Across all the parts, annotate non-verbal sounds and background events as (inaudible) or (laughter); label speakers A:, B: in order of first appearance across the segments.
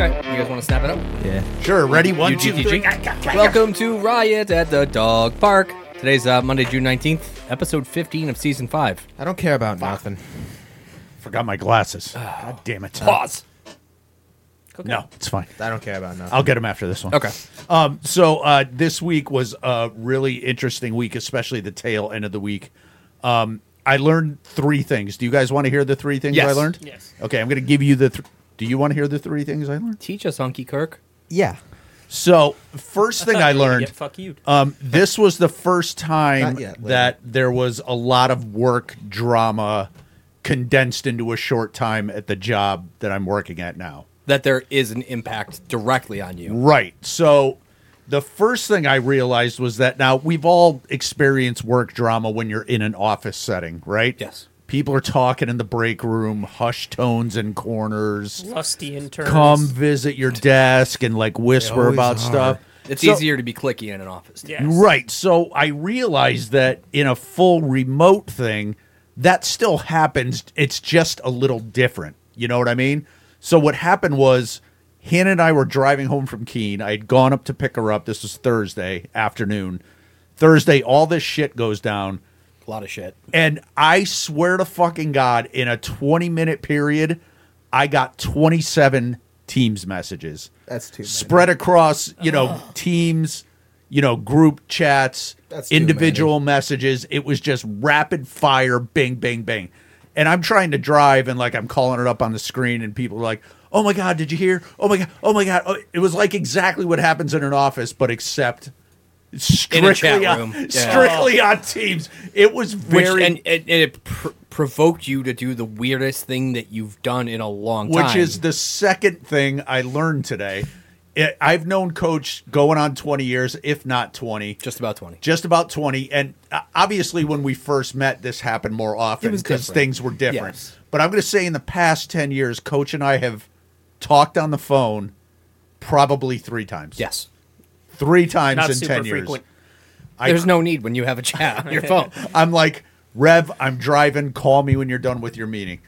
A: Okay, you guys want to snap it up?
B: Yeah.
C: Sure. Ready? One, two,
A: UGTG.
C: three.
A: Welcome to Riot at the Dog Park. Today's uh, Monday, June 19th, episode 15 of season 5.
B: I don't care about nothing.
C: Forgot my glasses. God damn it. No, it's fine.
B: I don't care about nothing.
C: I'll get them after this one.
A: Okay.
C: Um, so uh, this week was a really interesting week, especially the tail end of the week. Um, I learned three things. Do you guys want to hear the three things
A: Yes.
C: I learned?
D: Yes.
C: Okay, I'm going to give you the. Th- Do you want to hear the three things I learned?
A: Teach us, Hunky Kirk.
B: yeah.
C: So first thing I learned.
D: Get fuck you.
C: Um, this was the first time
B: Not yet, Larry.
C: that there was a lot of work drama condensed into a short time at the job that I'm working at now.
A: That there is an impact directly on you.
C: Right. So the first thing I realized was that now we've all experienced work drama when you're in an office setting, right?
A: Yes.
C: People are talking in the break room, hushed tones in corners.
D: Lusty interns.
C: Come visit your desk and like
B: They
C: whisper
B: always
C: about
B: are.
C: stuff.
A: It's
C: So-
A: easier to be clicky in an office.
D: Yes.
C: Right. So I realized that in a full remote thing, that still happens. It's just a little different. You know what I mean? So what happened was Hannah and I were driving home from Keene. I had gone up to pick her up. This was Thursday afternoon. Thursday, all this shit goes down.
A: A lot of shit.
C: And I swear to fucking God, in a 20 minute period, I got 27 Teams messages.
B: That's too many.
C: Spread across, you know, Teams, you know, group chats,
B: That's too
C: individual messages. It was just rapid fire, bing, bing, bing. And I'm trying to drive and like I'm calling it up on the screen, and people are like, oh my God, did you hear? Oh my God, oh my God. Oh, It was like exactly what happens in an office, but except. Strictly,
A: a chat
C: on,
A: room. Yeah.
C: strictly on teams. It was
A: Oh. Which,
C: very
A: and, and, and it pr- provoked you to do the weirdest thing that you've done in a long time.
C: which is the second thing I learned today. I- I've known Coach going on 20 years, if not 20, just,
A: just about 20.
C: about 20. And uh, obviously, when we first met, this happened more often
A: was
C: because
A: different.
C: things were different.
A: Yes.
C: But I'm going to say in the past 10 years, Coach and I have talked on the phone probably three times.
A: Yes.
C: Three times
D: Not
C: in
D: super
C: 10 years.
D: frequent.
C: I-
A: There's no need when you have a chat
C: (laughs)
A: on your phone.
C: I'm like, Rev, I'm driving. Call me when you're done with your meeting.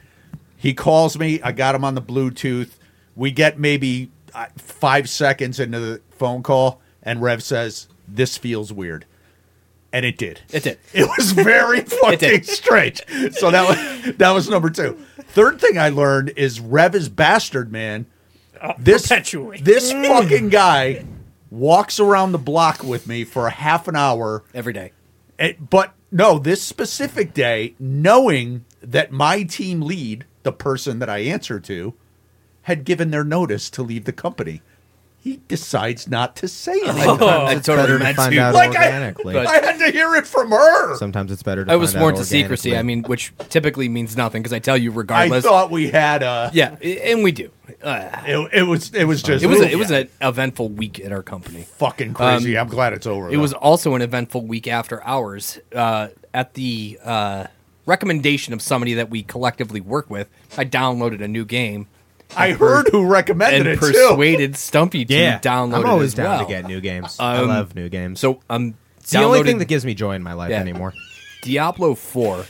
C: He calls me. I got him on the Bluetooth. We get maybe uh, five seconds into the phone call, and Rev says, This feels weird. And it did.
A: It did.
C: (laughs) It
A: (laughs)
C: was very fucking
A: did.
C: strange. So that was that was number two. Third thing I learned is Rev is bastard man.
A: Uh,
C: This
D: perpetually.
C: this
A: Mm.
C: fucking guy walks around the block with me for a half an hour
A: Every day.
C: it, Eh, but no, this specific day, knowing that my team lead, the person that I answer to, had given their notice to leave the company, he decides not to say
A: Oh.
C: anything.
A: (laughs)
B: Sometimes
A: I
B: it's
A: totally
B: better to
A: meant
B: find
A: to.
B: out
C: Like I-
B: organically.
A: but-
C: I had to hear it from her.
B: Sometimes it's better to
A: I was
B: find out
A: sworn to secrecy.
B: organically.
A: I mean, which typically means nothing because I tell you
C: I
A: regardless.
C: thought we had a.
A: yeah, i- and we do. Uh,
C: It, it was. It was just.
A: it was a,
C: yeah,
A: it was an eventful week at our company.
C: fucking crazy. I'm glad it's over.
A: It was also an eventful week after hours. Uh, at the uh, recommendation of somebody that we collectively work with, I downloaded a new game
C: I heard who recommended
A: and
C: it too.
A: persuaded Stumpy to
B: yeah,
A: download
B: I'm
A: it
B: always
A: as
B: down
A: well. Um,
B: to get new games. I love new games.
A: So I'm
B: it's the only thing that gives me joy in my life
A: Yeah.
B: anymore.
A: Diablo Four,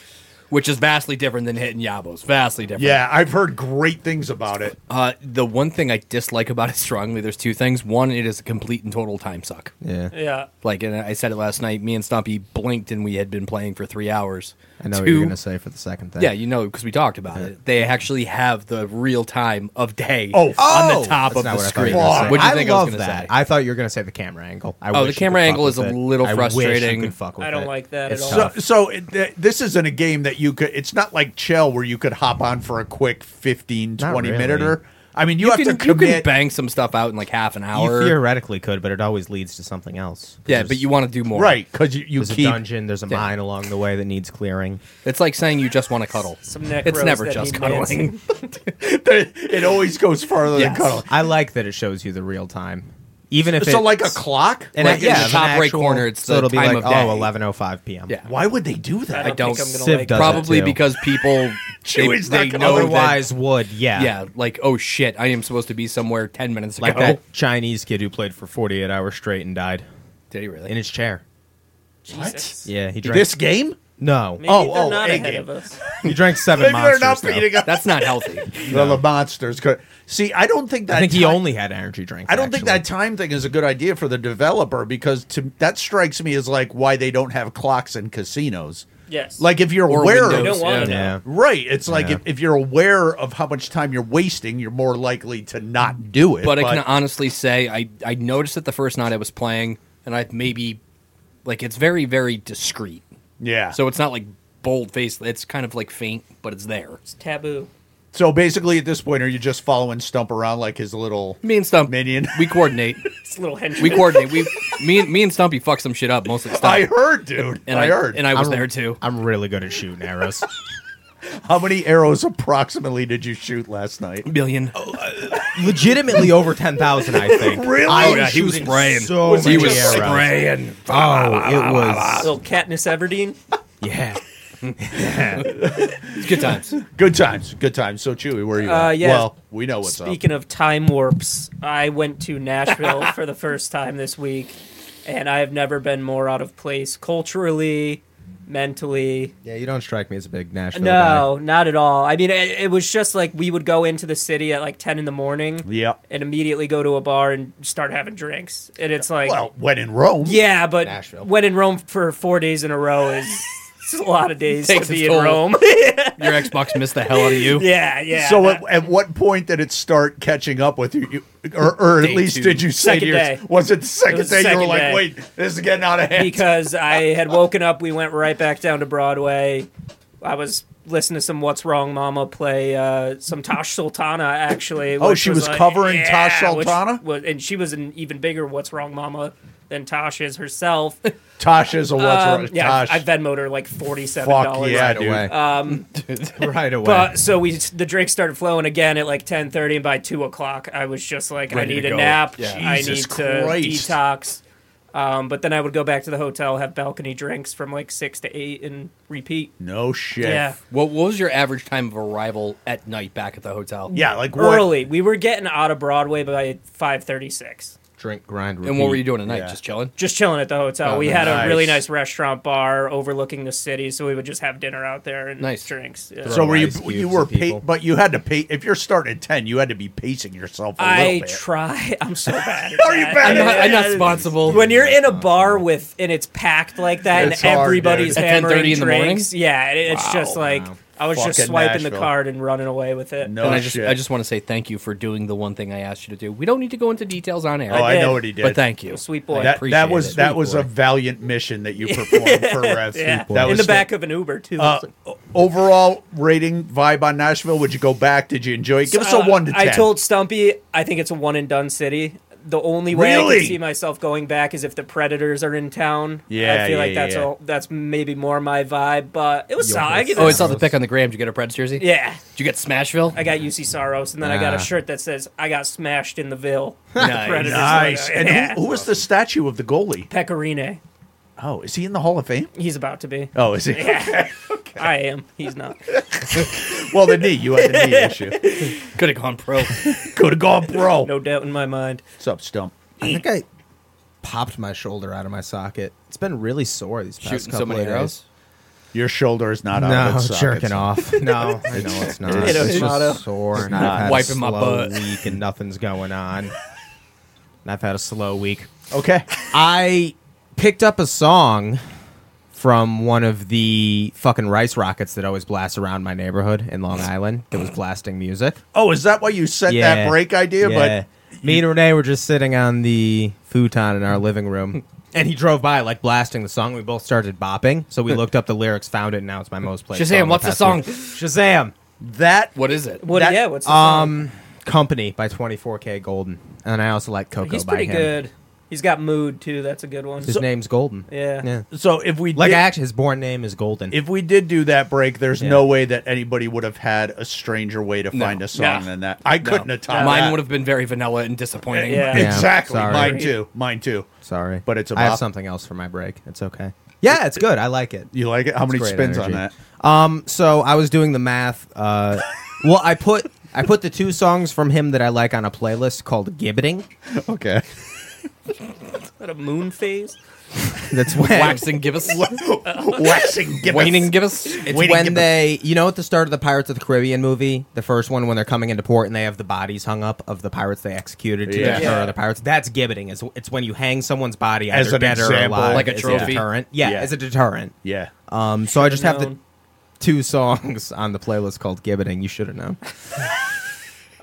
A: which is vastly different than hitting Yabos. Vastly different.
C: Yeah, I've heard great things about it.
A: Uh, the one thing I dislike about it (laughs) strongly, there's two things. One, it is a complete and total time suck.
B: Yeah.
D: Yeah.
A: Like, and I said it last night. Me and Stumpy blinked, and we had been playing for three hours.
B: I know
A: Two,
B: what you're gonna say for the second thing.
A: Yeah, you know, because we talked about it. They actually have the real time of day.
C: Oh,
A: on
C: oh!
A: the top of
B: That's not
A: the
B: what I thought
A: screen.
B: you were gonna say.
A: What'd you
B: I
A: think I
B: love
A: was gonna
B: that.
A: say? Oh,
B: I thought you were gonna say the camera angle. I
A: the
B: wish you
A: camera
B: could fuck
A: angle
B: with
A: is a
B: it.
A: little
B: I wish you could
A: frustrating.
B: fuck with
D: I don't
B: it.
D: like that
B: It's
D: at all.
C: So,
B: tough.
C: so it, th- this isn't a game that you could. It's not like Chell where you could hop on for a quick 15,
B: Not
C: 20
B: really.
C: minute or. I mean, you, have
A: you, can,
C: to
A: you can
C: commit.
A: bang some stuff out in like half an
B: You
A: hour.
B: theoretically could, but it always leads to something else.
A: yeah,
B: There's-
A: but you want to do more,
C: right, because you, you
B: There's
C: keep.
B: a
C: (laughs)
B: dungeon. There's a mine along the way that needs clearing.
A: It's like saying you just want to cuddle.
D: Some neck
A: it's
D: rows
A: never
D: that
A: just
D: need
A: cuddling.
C: (laughs) it always goes farther
A: Yes.
C: than cuddle.
B: I like that it shows you the real time, even if
C: So,
B: it's,
C: like a clock?
B: and
A: Like
B: I-
A: in
B: yeah,
A: the
B: an
A: top right
B: actual-
A: corner, it's
B: so
A: the
B: it'll be
A: time
B: like
A: of day.
B: oh, 11:05 p.m. (laughs)
A: Yeah.
C: Why would they do that?
D: I don't,
A: don't-
D: think I'm gonna
B: Civ
D: like
B: does
D: that.
B: it.
A: Probably
B: too.
A: because
C: (laughs)
A: people they,
C: Chewy's
A: they
C: not gonna-
A: know that-
B: Otherwise, would yeah,
A: Oh, yeah, like oh shit, I am supposed to be somewhere ten minutes ago.
B: like oh. that Chinese kid who played for 48 hours straight and died
A: Did he really?
B: in his chair.
C: What?
D: Jesus.
B: Yeah, he drank.
C: This game?
A: (laughs)
B: No.
D: Maybe
C: Oh,
D: they're
C: oh,
D: not ahead
C: A-game.
D: of us.
B: You drank seven
C: Maybe they're
B: monsters.
C: not
B: though.
C: beating up
A: That's not healthy.
C: the monsters. could- See, I don't think that.
B: I think he
C: time-
B: only had energy drinks.
C: I don't think
B: actually.
C: that time thing is a good idea for the developer because to that strikes me as like why they don't have clocks in casinos.
D: Yes.
C: Like if you're
A: Or
C: aware
D: I
A: windows.
C: of
D: don't want to
A: Yeah.
D: know.
B: Yeah.
C: Right. It's like
B: Yeah.
C: if, if you're aware of how much time you're wasting, you're more likely to not do it.
A: but I can honestly say I, I noticed it the first night I was playing, and I maybe like it's very very discreet.
C: yeah.
A: So
C: So
A: it's not like bold faced. It's kind of like faint, but it's there.
D: It's taboo.
C: so basically, at this point, are you just following Stump around like his little?
A: Me and Stump, (laughs)
C: Minion. (laughs)
A: we coordinate.
D: It's a little henchman.
A: We coordinate. We me and me and Stumpy fuck some shit up mostly. Stump.
C: I heard, dude.
A: and
C: I, heard.
A: and I was
B: I'm-
A: there too.
B: I'm really good at shooting arrows. (laughs)
C: how many arrows approximately did you shoot last night?
A: Billion.
B: Legitimately over ten thousand, I
A: (laughs)
B: think.
C: Really?
B: I
C: Oh, yeah,
A: he was
B: shooting
A: spraying.
B: So
C: Was he
B: many
C: just
B: arrows.
A: spraying.
B: Oh, it was.
A: (laughs)
D: little Katniss Everdeen.
B: Yeah.
A: It's good times.
C: Good times. Good times. So Chewy, where are you?
D: Uh,
C: at?
D: yeah.
C: Well, we know (laughs) what's up.
D: Speaking of time warps, I went to Nashville
C: (laughs)
D: for the first time this week, and I have never been more out of place culturally, mentally.
B: Yeah, you don't strike me as a big national.
D: No, not at all. I mean, it, it was just like we would go into the city at like 10 in the morning
C: Yep.
D: and immediately go to a bar and start having drinks. And it's like,
C: Well, when in Rome.
D: yeah, but
B: Nashville.
D: when in Rome for four days in a row
C: (laughs)
D: is it's a lot of days to
A: Takes
D: be
A: its
D: in
A: toll.
D: Rome.
A: Your Xbox missed the hell out of you.
D: yeah, yeah.
C: So
D: that-
C: at, at what point did it start catching up with you, you or, or at
A: Day
C: least
A: two.
C: did you say to
D: Second
C: your,
D: day.
C: was it the second
D: was the
C: day you were
D: second
C: like,
D: day.
C: wait, this is getting out of hand?
D: because I had woken up. We went right back down to Broadway. I was listening to some "What's Wrong, Mama" play uh, some Tosh Sultana actually.
C: Oh,
D: which
C: she was covering Tosh
D: yeah, which
C: Sultana?
D: was- and she was an even bigger "What's Wrong, Mama" than Tosh is herself.
C: Tasha's a what's
D: Um,
C: wrong?
D: yeah,
C: Tosh.
D: I Venmoed her like forty-seven
C: Fuck
D: dollars.
C: yeah,
B: Right
C: dude.
B: away.
A: Um,
B: (laughs) right away.
D: But so we the drink started flowing again at like ten thirty, and by two o'clock, I was just like,
A: Ready
D: I need
A: to
D: a
A: go.
D: nap.
A: Yeah.
D: I
C: Jesus
D: need
C: Christ.
D: to detox. Um, but then I would go back to the hotel, have balcony drinks from like six to eight, and repeat.
C: No shit.
D: Yeah,
A: What, what was your average time of arrival at night back at the hotel?
C: Yeah, like what?
D: early. We were getting out of Broadway by five thirty six.
B: Drink, grind, repeat.
A: And what were you doing at night?
C: Yeah.
A: Just chilling.
D: Just chilling at the hotel.
B: Oh,
D: we had
C: nice.
D: a really nice restaurant bar overlooking the city, so we would just have dinner out there and
A: Nice.
D: drinks. Yeah.
C: So were you?
B: Ice cubes
C: You
B: and
C: were, pa-
B: people.
C: but you had to pay. If you're starting at ten, you had to be pacing yourself. a little
D: I
A: (laughs)
C: bit.
D: try. I'm so bad. At
C: (laughs) Are you
D: that.
A: I'm
C: bad at
A: not,
C: it?
A: I'm not Uh, responsible.
D: when you're in a bar with and it's packed like that
C: It's
D: and
C: hard,
D: everybody's
A: dude. At
D: hammering
A: 10:30 in the morning?
D: drinks, yeah, it, it's
C: Wow.
D: just like
B: Wow.
D: I was just
C: Fucking
D: swiping the
C: Nashville.
D: card and running away with it.
C: No
A: and I just
C: Oh, shit.
A: I just want to say thank you for doing the one thing I asked you to do. We don't need to go into details on air.
C: oh, I
D: did.
C: know what he did.
A: But thank you.
D: Sweet boy.
A: I
C: that
A: appreciate
C: that was
A: it.
C: that was a valiant mission
D: (laughs)
C: that you performed for Rev.
D: yeah,
C: That
D: in
C: was
D: the back of an Uber too.
C: Uh, o- overall rating vibe on Nashville. Would you go back? Did you enjoy it? Give us a
D: Uh,
C: one to ten. (laughs)
D: I told Stumpy I think it's a one and done city. The only way I
C: Really?
D: can see myself going back is if the Predators are in town.
C: Yeah,
D: I feel
C: yeah,
D: like that's
C: yeah.
D: all. That's maybe more my vibe. But it was
B: Yo,
D: solid. I give
A: Oh, I
D: it.
A: saw the pic on the gram. Did you get a Preds jersey?
D: Yeah,
A: Did you get Smashville?
D: I got UC Soros, and then I got
B: Ah.
D: a shirt that says "I got smashed in
B: (laughs)
D: the Ville."
A: Nice.
D: Predators
C: Nice.
D: logo.
C: And
D: Yeah.
C: who, who was the statue of the goalie?
D: Pecorine.
C: Oh, is he in the Hall of Fame?
D: He's about to be.
C: Oh,
D: (laughs)
C: is he?
D: I am. He's not.
C: (laughs) well, the knee. You had
D: (laughs)
C: the knee issue.
A: Could have gone
C: (laughs)
A: pro.
C: Could have gone pro.
D: No doubt in my mind.
C: What's up, Stump?
B: I think I popped my shoulder out of my socket. It's been really sore these past
A: Shooting
B: couple
A: so many
B: of
A: arrows.
B: days.
C: Your shoulder is not out
B: No,
C: of its socket.
B: jerking off. (laughs) No, I know (laughs) it's not.
C: It's
B: It's,
D: not.
B: just sore, and I've had
A: Wiping
B: a
A: my
B: slow
A: butt.
B: week, and nothing's going on. And I've had a slow week.
C: Okay.
B: I picked up a song from one of the fucking rice rockets that always blast around my neighborhood in Long Island. That was blasting music.
C: Oh, is that why you sent that break idea?
B: yeah. me and Renee were just sitting on the futon in our living room, (laughs) and he drove by like blasting the song. We both started bopping, so (laughs) we looked up the lyrics, found it, and now it's my most played.
A: Shazam,
B: song
A: what's the
B: past
A: song?
B: week. Shazam,
C: But that
A: What is it?
D: What?
C: That-
D: yeah. What's the
B: um, Company by 24K Golden, and I also like
D: song?
B: Coco.
D: He's
B: by
D: pretty
B: him.
D: good. He's got mood too. That's a good one.
B: His name's Golden.
D: Yeah.
B: yeah.
C: So if we
B: Like
C: did,
B: actually, his born name is Golden.
C: if we did do that break, there's
B: Yeah.
C: no way that anybody would have had a stranger way to find a song
A: Nah.
C: than that. I couldn't have timed
A: Mine
C: that.
A: would have been very vanilla and disappointing.
D: Yeah.
B: Yeah,
C: exactly.
B: sorry.
C: Mine too. Mine too.
B: Sorry,
C: But it's a
B: I have
C: bop.
B: something else for my break. It's okay. Yeah, it's good. I like it.
C: You like it? How many
B: great
C: spins on that?
B: energy. Um, So I was doing the math. Uh,
A: (laughs)
B: well, I put I put the two songs from him that I like on a
C: (laughs)
B: playlist called "Gibbeting."
C: Okay.
D: Is that a moon phase?
B: That's
A: (laughs)
B: when
A: Waxing gibbous.
C: Waxing gibbous.
A: Waning gibbous.
B: It's
C: Waiting
B: when
C: gibbous.
B: they, you know, at the start of the Pirates of the Caribbean movie, the first one when they're coming into port and they have the bodies hung up of the pirates they executed to
C: Yeah.
B: deter
D: Yeah.
B: other pirates. That's gibbeting. It's, it's when you hang someone's body
C: As
B: either
C: an
B: dead or
C: example.
B: alive,
A: Like a
B: as
A: trophy?
B: deterrent. Yeah,
C: Yeah.
B: as a deterrent.
C: Yeah. Uh,
B: Um, so I just have the
D: known.
B: two songs on the playlist called "Gibbeting." You should have known.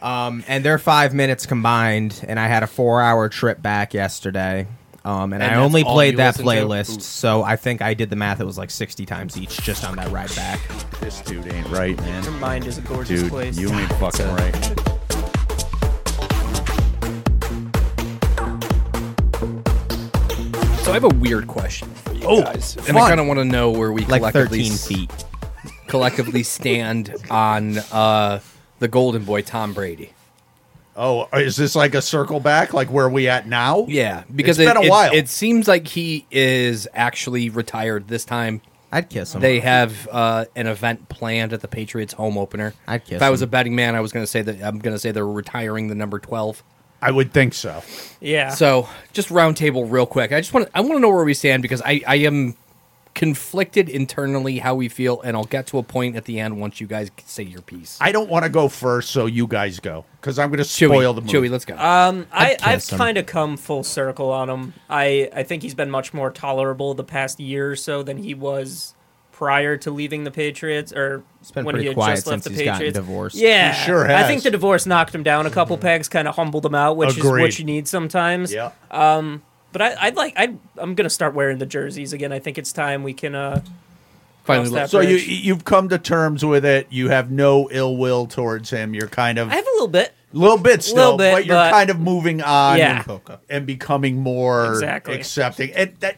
B: um, and they're five minutes combined, and I had a four-hour trip back yesterday. Um, and,
A: And
B: I
A: that's
B: only
A: all you
B: played that
A: listened to?
B: playlist,
A: Ooh.
B: so I think I did the math. It was like sixty times each, just on that ride back.
C: This dude ain't right,
D: Your
C: man.
D: mind is a gorgeous
C: Dude,
D: place. (laughs)
C: you ain't fucking right.
A: So I have a weird question for you
C: Oh,
A: guys, and I
B: fun.
A: kind of want to know where we
B: Like
A: collectively
B: thirteen
A: s-
B: feet.
A: (laughs) collectively stand on uh, the Golden Boy, Tom Brady.
C: Oh, is this like a circle back, like where we at now?
A: Yeah, because
C: It's
A: it,
C: been a
A: it-
C: while.
A: It, seems like he is actually retired this time.
B: I'd kiss him.
A: They have uh, an event planned at the Patriots home opener.
B: I'd kiss
A: if I was a
B: him.
A: betting man, I was going to say that I'm going to say they're retiring the number twelve.
C: I would think so.
B: Ah.
D: Yeah.
A: So just round table real quick. I just want to, I want to know where we stand because I, I am conflicted internally how we feel, and I'll get to a point at the end once you guys say your piece.
C: I don't want to go first, so you guys go because I'm going to
A: Chewy,
C: spoil the movie.
A: Chewy, let's go.
B: Uh,
D: Um, I,
B: I'd
D: I've
B: kiss him.
D: kind of come full circle on him. I, I think he's been much more tolerable the past year or so than he was prior to leaving the Patriots or
B: been
D: when
B: pretty
D: he had
B: quiet
D: just left the
B: since he's gotten
D: Patriots.
B: divorced.
D: Yeah,
C: He sure
D: I
C: has. Mm-hmm.
D: think the divorce knocked him down a couple pegs, kind of humbled him out, which is
C: Agreed.
D: what you need sometimes.
C: yeah.
D: But I, I'd like I I'm gonna start wearing the jerseys again. I think it's time we can. Uh,
A: Finally,
D: cross
A: let's,
D: that
C: So you
D: Rich.
C: you've come to terms with it. You have no ill will towards him. You're kind of
D: I have a little bit.
C: little bit still,
D: Little bit,
C: but you're
D: but-
C: kind of moving on
D: Yeah.
C: and, and becoming more
D: Exactly.
C: accepting. And that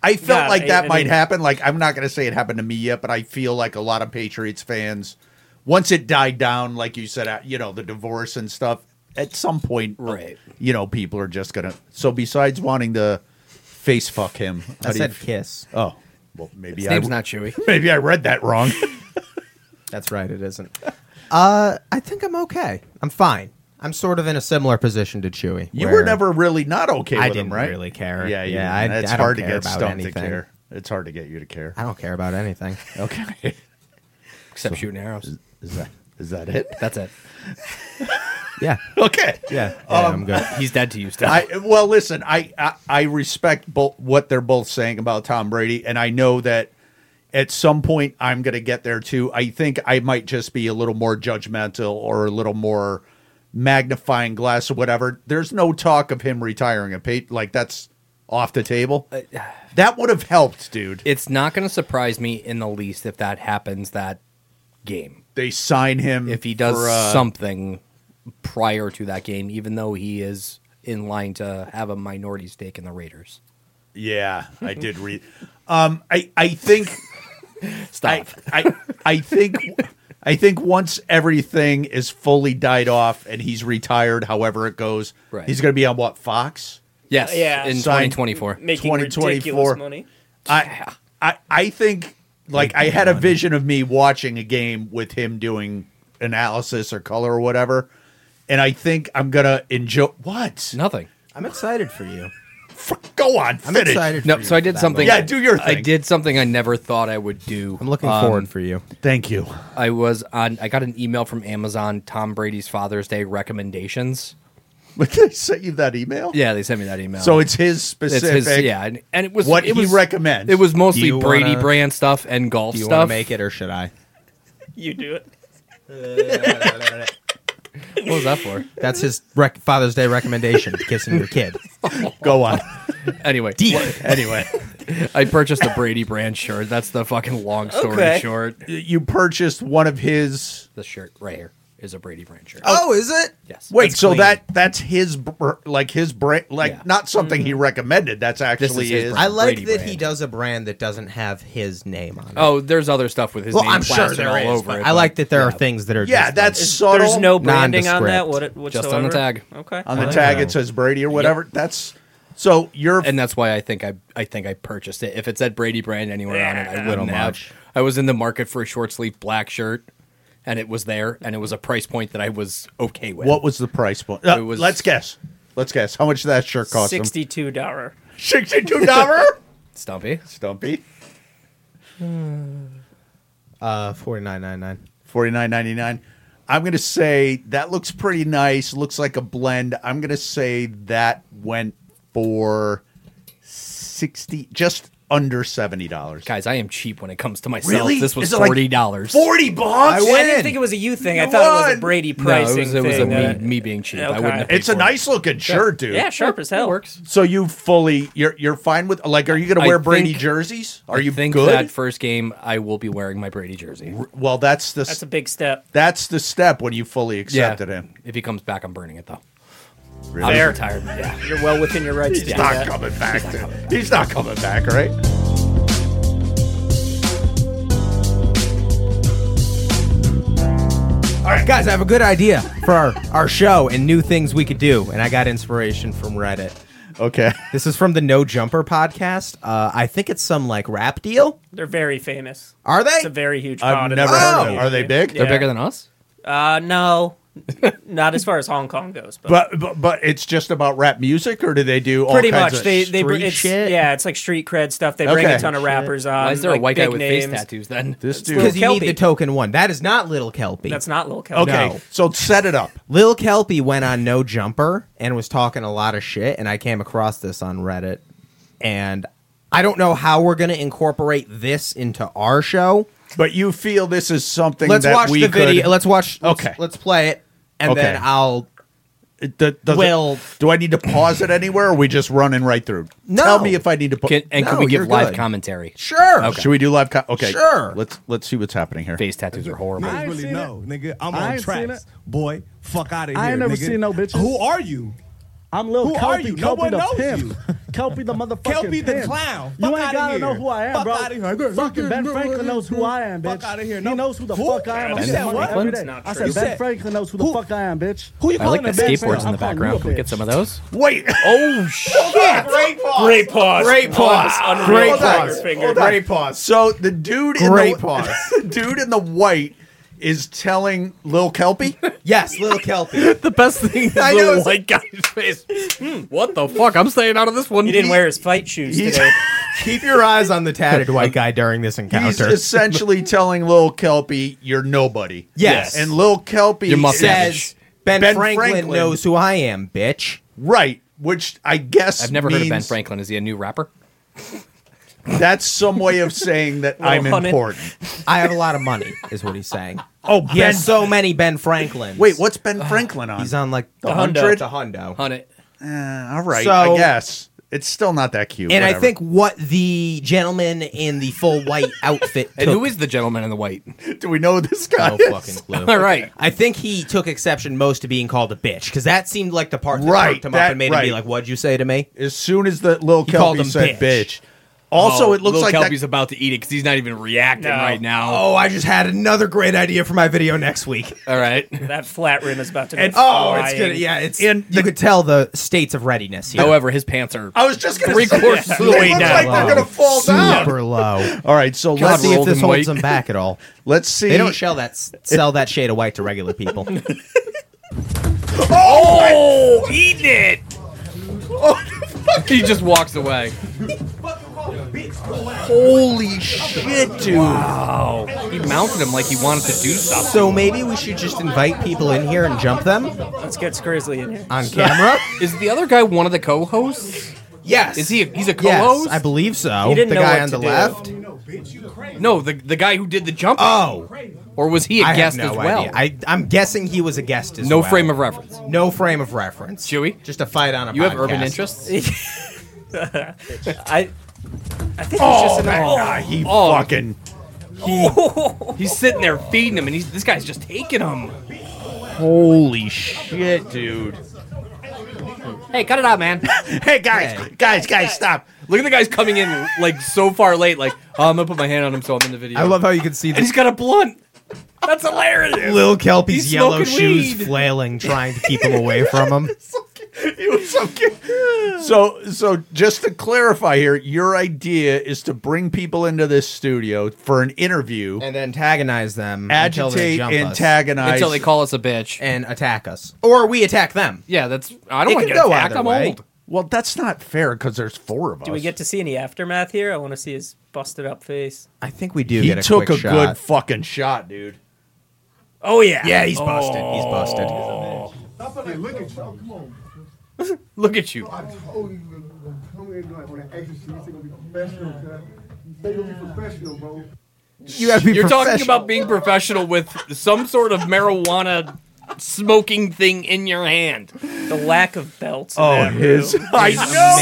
C: I felt
D: Yeah,
C: like
D: I-
C: that
D: I
C: might
D: mean-
C: happen. Like I'm not going to say it happened to me yet, but I feel like a lot of Patriots fans, once it died down, like you said, uh, you know, the divorce and stuff. At some point,
A: Right.
C: You know, people are just gonna. So besides wanting to face fuck him, how
B: I
C: do
B: said
C: you-
B: kiss.
C: oh, well, maybe
A: his
C: I
A: name's not Chewy.
C: (laughs) maybe I read that wrong.
B: (laughs)
A: (laughs)
B: That's right. It isn't. Uh, I think I'm okay. I'm fine. I'm sort of in a similar position to Chewy.
C: You
B: where-
C: were never really not okay with
B: I
C: him,
B: didn't
C: right?
B: really care.
C: Yeah, you
B: Yeah,
C: didn't.
B: I-
C: That's
B: I don't
C: hard to
B: care
C: get
B: about
C: stumped to
B: anything.
C: care. It's hard to get you to care.
B: I don't care about anything.
C: (laughs) Okay,
A: Except shooting arrows.
C: is that is that it? (laughs)
A: That's it.
B: Yeah.
C: Okay.
B: Yeah. yeah
C: Um,
B: I'm good.
A: He's dead to you, still.
C: I well, listen, I I, I respect both what they're both saying about Tom Brady, and I know that at some point I'm going to get there too. I think I might just be a little more judgmental or a little more magnifying glass or whatever. There's no talk of him retiring a pay like that's off the table.
B: Uh,
C: That would have helped, dude.
A: it's not going to surprise me in the least if that happens that game.
C: they sign him
A: If he does
C: for, uh,
A: something prior to that game, even though he is in line to have a minority stake in the Raiders.
C: Yeah, I did read. Um, I
A: (laughs)
C: I think I,
A: Stop.
C: I I think I think once everything is fully died off and he's retired, however it goes,
A: Right.
C: he's going to be on what Fox.
A: yes,
D: Yeah.
A: in
C: Sign-
A: 2024.
D: Making
C: 2024.
D: ridiculous money.
C: I I I think like I had a vision of me watching a game with him doing analysis or color or whatever, and I think I'm gonna enjoy. What?
A: Nothing.
B: I'm excited for you.
C: F- Go on,
B: I'm
C: finish.
B: excited.
A: No,
B: for you
A: so I
B: for
A: did
B: that
A: something.
B: moment.
C: Yeah, do your
A: I
C: thing.
A: did something I never thought I would do.
B: I'm looking
A: Um,
B: forward for you.
C: Thank you. (laughs)
A: I was on. I got an email from Amazon. Tom Brady's Father's Day recommendations.
C: They sent you that email.
A: Yeah, they sent me that email.
C: So it's his
A: It's
C: specific.
A: his, yeah, and, and it was
C: What
A: it
C: he
A: was-
C: recommends.
A: It was
B: Do
A: mostly
B: you
A: Brady
B: wanna-
A: brand stuff and golf
B: Do you want
A: stuff.
B: to make it or should I?
D: You do it.
A: What was that for?
B: That's his rec- Father's Day recommendation: (laughs) kissing your kid.
C: Go on.
A: (laughs) anyway,
C: anyway,
A: I purchased a Brady brand shirt. That's the fucking long story
D: Okay.
A: short.
C: you purchased one of his.
A: The shirt right here is a Brady brand shirt.
B: (laughs) Oh, is it?
A: yes.
C: Wait,
B: That's
C: so
B: clean.
C: that that's his br- like his brand, like
A: Yeah.
C: not something he recommended. That's actually
A: his
C: his.
A: brand.
B: I like
A: Brady
B: that
A: brand.
B: he does a brand that doesn't have his name on it.
A: Oh, there's other stuff with his
B: well,
A: name
B: I'm sure
A: plastered
B: there
A: all
B: is.
A: over
B: but
A: it.
B: I
A: but
B: like that there are things that are.
C: yeah,
B: just
C: that's
B: like-
C: subtle.
D: There's no branding on that.
B: nondescript.
D: What whatsoever.
A: on the tag.
D: Okay.
C: on the
B: I
C: tag.
B: know.
C: It says Brady or whatever. That's so you're.
A: and that's why I think I I think I purchased it. If it said Brady brand anywhere on it, I
D: Yeah.
A: wouldn't
B: Little
A: have.
B: much.
A: I was in the market for a short sleeve black shirt, and it was there, and it was a price point that I was okay with.
C: what was the price point? Uh,
A: It was-
C: let's guess. Let's guess how much that shirt cost. him?
D: Sixty-two dollar.
A: (laughs)
C: Sixty-two dollar.
A: Stumpy.
C: Stumpy.
B: Uh, forty nine nine nine.
C: Forty nine ninety nine. I'm gonna say that looks pretty nice. Looks like a blend. I'm gonna say that went for sixty, just under seventy dollars.
A: Guys, I am cheap when it comes to myself.
C: Really?
A: This was
C: Is it like
A: forty dollars.
C: Forty
B: I
C: bucks.
D: See, I
B: win.
D: didn't think it was a you thing. I
C: You
D: thought it was
C: won.
D: a Brady
A: No, it
D: pricing
A: was, it was a
D: thing.
A: me,
D: uh,
A: me being cheap. I
D: okay.
A: wouldn't. Have paid
C: It's a
A: for it.
C: nice looking shirt, dude.
D: yeah, sharp as hell.
A: It works.
C: So you fully you're you're fine with like are you going to
A: I
C: wear Brady
A: think-
C: jerseys? Are
A: I
C: you
A: think
C: good?
A: that first game I will be wearing my Brady jersey.
C: well, that's the
D: That's a big step.
C: that's the step when you fully accepted him.
A: If he comes back, I'm burning it though.
C: Really?
A: I'm retired. Yeah.
D: You're well within your rights to
C: He's
D: do
C: not
D: that.
C: coming back. dude. He's not coming back, right?
A: (laughs)
B: Guys, I have a good idea for our, our show and new things we could do, and I got inspiration from Reddit.
C: Okay.
B: This is from the No Jumper podcast. Uh, I think it's some like rap deal.
D: They're very famous.
B: Are they?
D: It's a very huge.
C: I've
D: con in
C: never
D: the
B: heard
D: world.
B: of them.
C: Are they big?
A: They're bigger than us.
D: Uh, no, (laughs) not as far as Hong Kong goes, but,
C: But, but but it's just about rap music, or do they do all
D: pretty
C: kinds
D: much
C: of
D: they they br-
B: street
D: it's,
B: shit?
D: yeah, it's like street cred stuff. They bring
C: Okay.
D: a ton of rappers on.
A: Why is there
D: Um, like
A: a white guy
D: big
A: with
D: names.
A: face tattoos then?
C: this dude?
B: Because you
D: Kelpie.
B: need the token one. That is not Little Kelpy.
D: That's not Lil Kelly.
C: Okay,
B: No.
C: so set it up.
B: Lil Kelpy went on No Jumper and was talking a lot of shit, and I came across this on Reddit. And I don't know how we're going to incorporate this into our show.
C: But you feel this is something
B: Let's
C: that
B: watch
C: we
B: the
C: could-
B: video. Let's watch. Let's,
C: Okay.
B: Let's play it, and
C: Okay.
B: then I'll.
C: It- does- does it-
B: Well-
C: do I need to pause it anywhere, or are we just running right through?
B: No.
C: Tell me if I need to. Pa-
A: Can, and
B: No,
A: can we
B: you're
A: give live
B: good.
A: commentary?
B: Sure.
C: Should we do live? Co- okay,
B: Sure.
C: Let's let's see what's happening here.
A: Face tattoos are horrible.
E: Niggas really
F: seen
E: know, nigga. I'm
F: I
E: on
F: ain't seen
E: tracks, boy. Fuck out of here.
F: I ain't never
E: nigga.
F: seen no bitches.
E: Who are you?
F: I'm Lil
E: Who
F: Kelpie.
E: are you?
F: Kelpie
E: No one
F: the
E: knows
F: pimp.
E: you.
F: (laughs) Kelpy the motherfucking
E: Kelpie the
F: pimp.
E: clown.
F: You
E: Fuck
F: ain't
E: outta
F: gotta know
E: here.
F: who I am,
E: Fuck
F: bro.
E: outta here.
F: Fucking Ben Franklin knows who I am, bitch.
E: Fuck outta here.
F: He
E: No-
F: knows who the
E: Who?
F: fuck I am.
E: Ben
F: I see that
E: Franklin?
F: money every
E: That's
F: day.
D: not
F: I
D: true.
F: said
E: You
F: Ben
E: said-
F: Franklin knows who the
E: Who-
F: fuck I am, bitch.
E: Who you
A: I like
E: calling
A: the
E: a bad
A: skateboards
E: friend?
A: in the
F: I'm calling
A: background.
F: you a
A: Can we
F: bitch.
A: get some of those?
C: Wait. (laughs)
A: Oh shit!
C: Great pause.
D: Great pause.
B: Great pause.
D: Unreal
B: Great
D: trigger
B: pause.
D: finger.
C: Great pause. So the dude in
B: Great
C: (laughs) the
B: pause.
C: the dude in the white is telling
B: (laughs)
C: Lil Kelpy.
B: Yes, Little Kelpy.
A: The best thing is
B: I know,
A: the
B: it's-
A: white guy's face. Hmm, what the fuck? I'm staying out of this one.
D: He didn't wear his fight shoes
C: He's-
D: today.
B: Keep your eyes on the tatted white guy during this
C: He's
B: encounter. (laughs)
C: essentially telling Lil Kelpy, "You're nobody."
B: Yes.
C: and Lil Kelpy
A: You're muffin
C: says,
B: says Ben,
C: Ben
B: Franklin,
C: Franklin.
B: knows who I am, bitch.
C: "Right," which I guess
A: I've never heard of Ben
C: means
A: Franklin. Is he a new rapper?
C: That's some way of saying that I'm
D: honey.
C: important.
B: I have a lot of money, is what he's saying.
C: Oh,
B: He has so many Ben Franklins.
C: Wait, what's Ben Franklin on?
B: He's on like
C: The
B: the hundred,
C: hundred?
B: the hundo.
A: Hunt it.
C: Uh, all right,
B: So-
C: I guess it's still not that cute.
B: And I
C: whatever.
B: think what the gentleman in the full white outfit
A: And
B: took-
A: who is the gentleman in the white?
C: (laughs) do we know who this guy? (laughs)
B: no
C: is?
B: fucking clue.
A: All right.
B: I think he took exception most to being called a bitch because that seemed like the part that
C: Right,
B: perked him
C: that-
B: up and made him
C: right.
B: be like, "What'd you say to me?"
C: As soon as the Lil
B: He called
C: Kelpy
B: him
C: said, "Bitch,"
B: bitch.
C: also
A: Oh,
C: it looks
A: Lil
C: like
A: Kelpy's
C: that,
A: about to eat it because he's not even reacting
D: No.
A: right now.
B: Oh, I just had another great idea for my video next week.
A: All right.
D: That flat rim is about to. Go
B: Oh, it's
D: flying.
B: good. Yeah, it's.
C: And
B: you could tell the states of readiness here.
A: However, his pants are.
C: I was just gonna
A: Three
C: say,
A: quarters
C: they
A: of the way
C: look
A: down.
C: like they're gonna fall
B: (laughs)
C: down.
B: super low.
C: All right, so
B: Let's
C: let's
B: see if
A: rolled
B: this
A: in
B: holds
A: white.
B: them back at all.
C: let's see.
B: They
C: (laughs)
B: don't sell that sell that shade of white to regular people.
A: Oh, eating it! He just walks away.
C: Holy shit, dude!
A: He mounted him like he wanted to do something.
B: So maybe we should just invite people in here and jump them
D: Let's get Grizzly in here.
B: on camera.
A: Is the other guy one of the co-hosts?
B: yes.
A: Is he? A, he's a
B: Yes,
A: co-host.
B: I believe so.
D: He didn't
B: the
D: know
B: guy
D: what
B: on
D: to
B: the
D: do.
B: left.
A: no, the the guy who did the jump.
B: Oh,
A: or was he a
B: I have
A: guest
B: no
A: as well?
B: idea. I, I'm guessing he was a guest as
A: no
B: well.
A: frame of reference.
B: no frame of reference.
A: Chewy?
B: just a fight on a.
A: You have urban
B: podcast.
A: interests.
D: I. I think
C: Oh,
D: he's just in
C: that
D: there.
C: guy, he
A: Oh.
C: fucking.
A: He's sitting there feeding him, and he's, this guy's just taking him.
C: Holy shit, dude!
A: Hey, cut it out, man!
C: Hey guys,
B: Hey.
C: guys, guys, stop!
A: Look at the guys coming in like so far late. Like oh, I'm gonna put my hand on him, so I'm in the video.
B: I love how you can see
A: And he's
B: the
A: got a blunt. That's hilarious.
B: (laughs) Lil Kelpy's
A: He's
B: yellow
A: smoking
B: shoes
A: weed.
B: flailing, trying to keep him away from him.
C: It was so cute. So, so just to clarify here, your idea is to bring people into this studio for an interview,
B: and antagonize them, until they
C: agitate,
B: jump us,
C: antagonize,
A: Until they call us a bitch.
B: and attack us, or we attack them.
A: Yeah, that's. I don't
B: It
A: want
B: could
A: to get
B: go
A: attacked.
B: either
A: I'm
B: way.
A: old.
C: Well, that's not fair because there's four of us.
D: Do we get to see any aftermath here? I want to see his busted up face.
B: I think we do
C: He
B: get a
C: took
B: quick
C: a
B: shot.
C: good fucking shot, dude.
D: Oh yeah.
B: yeah, he's busted. He's busted.
G: Hey, look at you. Oh, come on.
A: Look at you.
G: I told you, you gonna come here like, on an extra sheet. They're gonna be professional, cuz. They're gonna be professional, bro.
B: You gotta be
A: You're talking
B: professional.
A: about being professional with some sort of marijuana smoking thing in your hand.
D: The lack of belts.
C: Oh.
D: in that room.
C: (laughs) I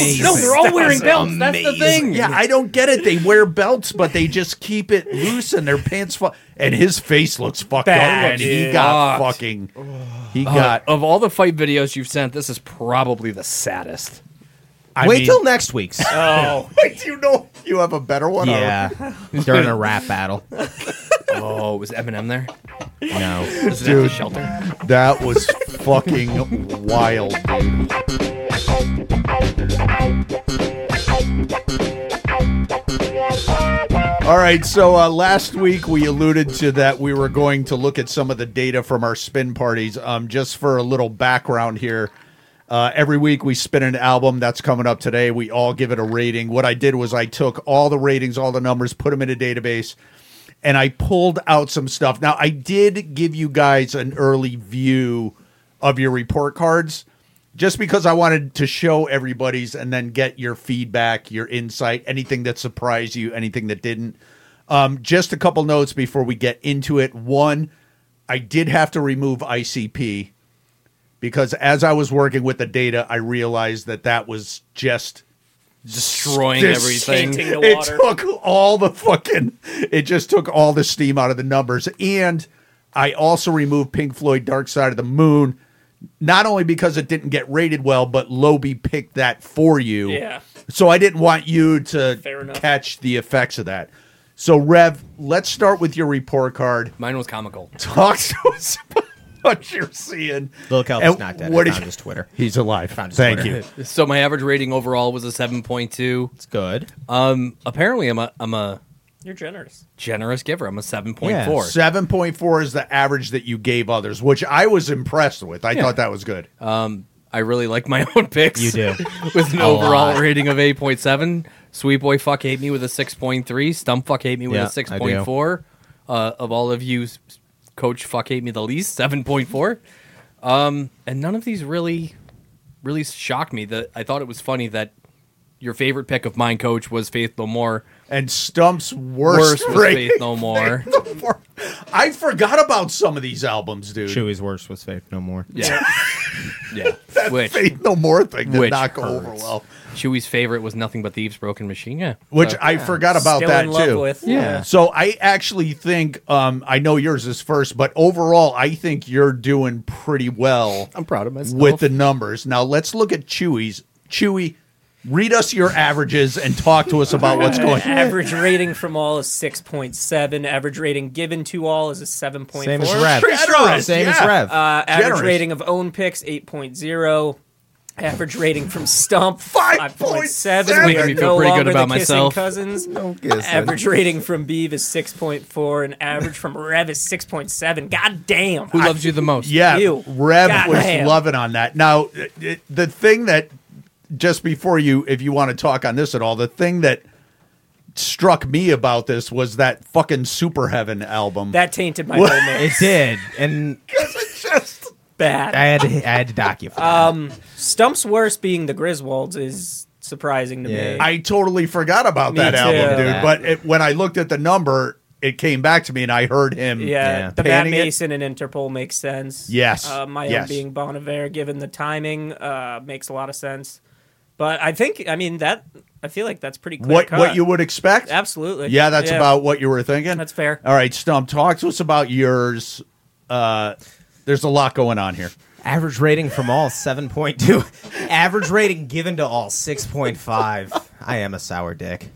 B: amazing.
A: No, they're all wearing
B: That's
A: belts. That's the thing.
C: Yeah, I don't get it. They wear belts, but they just keep it loose and their pants fall. And his face looks fucked up.
D: Bad,
C: And he
D: dude.
C: got fucking. He got.
A: Of all the fight videos you've sent, this is probably the saddest.
C: I
B: Wait
C: mean-
B: till next week's.
D: Oh,
C: Wait, (laughs) you know you have a better one.
B: yeah,
A: (laughs)
B: during a rap battle.
A: Oh, was Eminem there?
B: No.
A: Was it at the shelter?
C: that was fucking wild. All right, so uh, last week we alluded to that we were going to look at some of the data from our spin parties. Um, just for a little background here, uh, every week we spin an album that's coming up today. We all give it a rating. What I did was I took all the ratings, all the numbers, put them in a database, and I pulled out some stuff. Now I did give you guys an early view of your report cards just because I wanted to show everybody's and then get your feedback, your insight, anything that surprised you, anything that didn't. Um, just a couple notes before we get into it. One, I did have to remove ICP because as I was working with the data, I realized that that was just
A: Destroying
C: This-
A: everything.
D: tainting the
C: it
D: water.
C: took all the fucking it just took all the steam out of the numbers and i also removed pink floyd dark side of the moon not only because it didn't get rated well but lobe picked that for you
D: Yeah.
C: so i didn't want you
D: Fair
C: to
D: enough.
C: catch the effects of that so rev let's start with your report card (laughs)
A: Mine was comical.
C: talk to us about what you're seeing
B: Lil Kelp's
C: And
B: not dead.
C: what
B: What
C: did
B: is
C: you-
B: his Twitter?
C: he's alive
B: Found his
C: thank
B: Twitter.
C: you
A: So my average rating overall was a 7.2.
B: It's good.
A: Um, apparently I'm a I'm a
D: you're generous.
A: generous giver. I'm a 7.4.
C: Seven point four is the average that you gave others, which I was impressed with. I thought that was good.
A: I really like my (laughs) own picks.
B: You do.
A: with an
B: A
A: overall
B: lot.
A: rating of 8.7. Sweet boy fuck hate me with a 6.3. Stump fuck hate me with
B: Yeah,
A: a
B: I do.
A: 6.4. Uh, of all of you, s- coach fuck hate me the least (laughs) 7.4. Um, and none of these really, really shocked me. That I thought it was funny that your favorite pick of mine, coach, was Faith No More.
C: and Stump's worst,
A: Worse was
C: rating.
A: Faith No More.
C: (laughs) I forgot about some of these albums, dude.
B: Chewie's worst was Faith No More.
A: Yeah, yeah. Which
C: Faith No More thing did
A: Which
C: not go over
A: hurts.
C: well.
A: Chewie's favorite was nothing but Thieves Broken Machine. Yeah,
C: Which I forgot about
D: Still
C: that
D: in love
C: too.
D: with.
B: Yeah.
C: So I actually think um, I know yours is first, but overall I think you're doing pretty well.
A: I'm proud of myself.
C: with the numbers. Now let's look at Chewy's. Chewy, read us your averages and talk to us
A: (laughs)
C: about what's going. on.
D: Average rating from all is 6.7. Average rating given to all is a 7.4.
B: Same as Rev.
C: Pretty strong,
B: Same as
C: yeah.
B: Rev.
D: Uh, average
C: Generous.
D: rating of own picks 8.0. Average rating from Stump
C: 5.7.
D: We
C: Making
D: are
C: me
A: feel
D: no
A: pretty good
D: longer
A: about
D: the kissing
A: myself.
D: cousins.
B: kiss
D: average rating from Beeve is 6.4, and average from Rev is 6.7. God damn.
A: who loves you the most?
C: yeah,
D: You.
C: Rev
D: God
C: was
D: damn.
C: loving on that. Now it- it- the thing that just before you, if you want to talk on this at all, the thing that struck me about this was that fucking Super Heaven album. (laughs)
D: that tainted my whole
B: (laughs)
D: man.
B: It did, and
C: just
D: Bad.
B: I had to, I had to dock you. For um,
D: Stump's worst being the Griswolds is surprising to
B: Yeah.
D: me.
C: I totally forgot about
D: Me
C: that
D: too.
C: album, dude.
B: Yeah.
C: But it, when I looked at the number, it came back to me, and I heard him.
D: yeah,
B: Yeah.
D: the Matt
C: Panning it?
D: Mason and Interpol makes sense.
C: Yes,
D: uh, my
C: yes.
D: own being Bon Iver, given the timing, uh, makes a lot of sense. But I think, I mean, that I feel like that's pretty. Clear
C: what
D: cut.
C: what you would expect?
D: absolutely?
C: Yeah, that's about what you were thinking.
D: That's fair.
C: All right, Stump, talk to us about yours. Uh, there's a lot going on here.
B: average rating from all seven point two. average rating given to all six point five. I am a sour dick.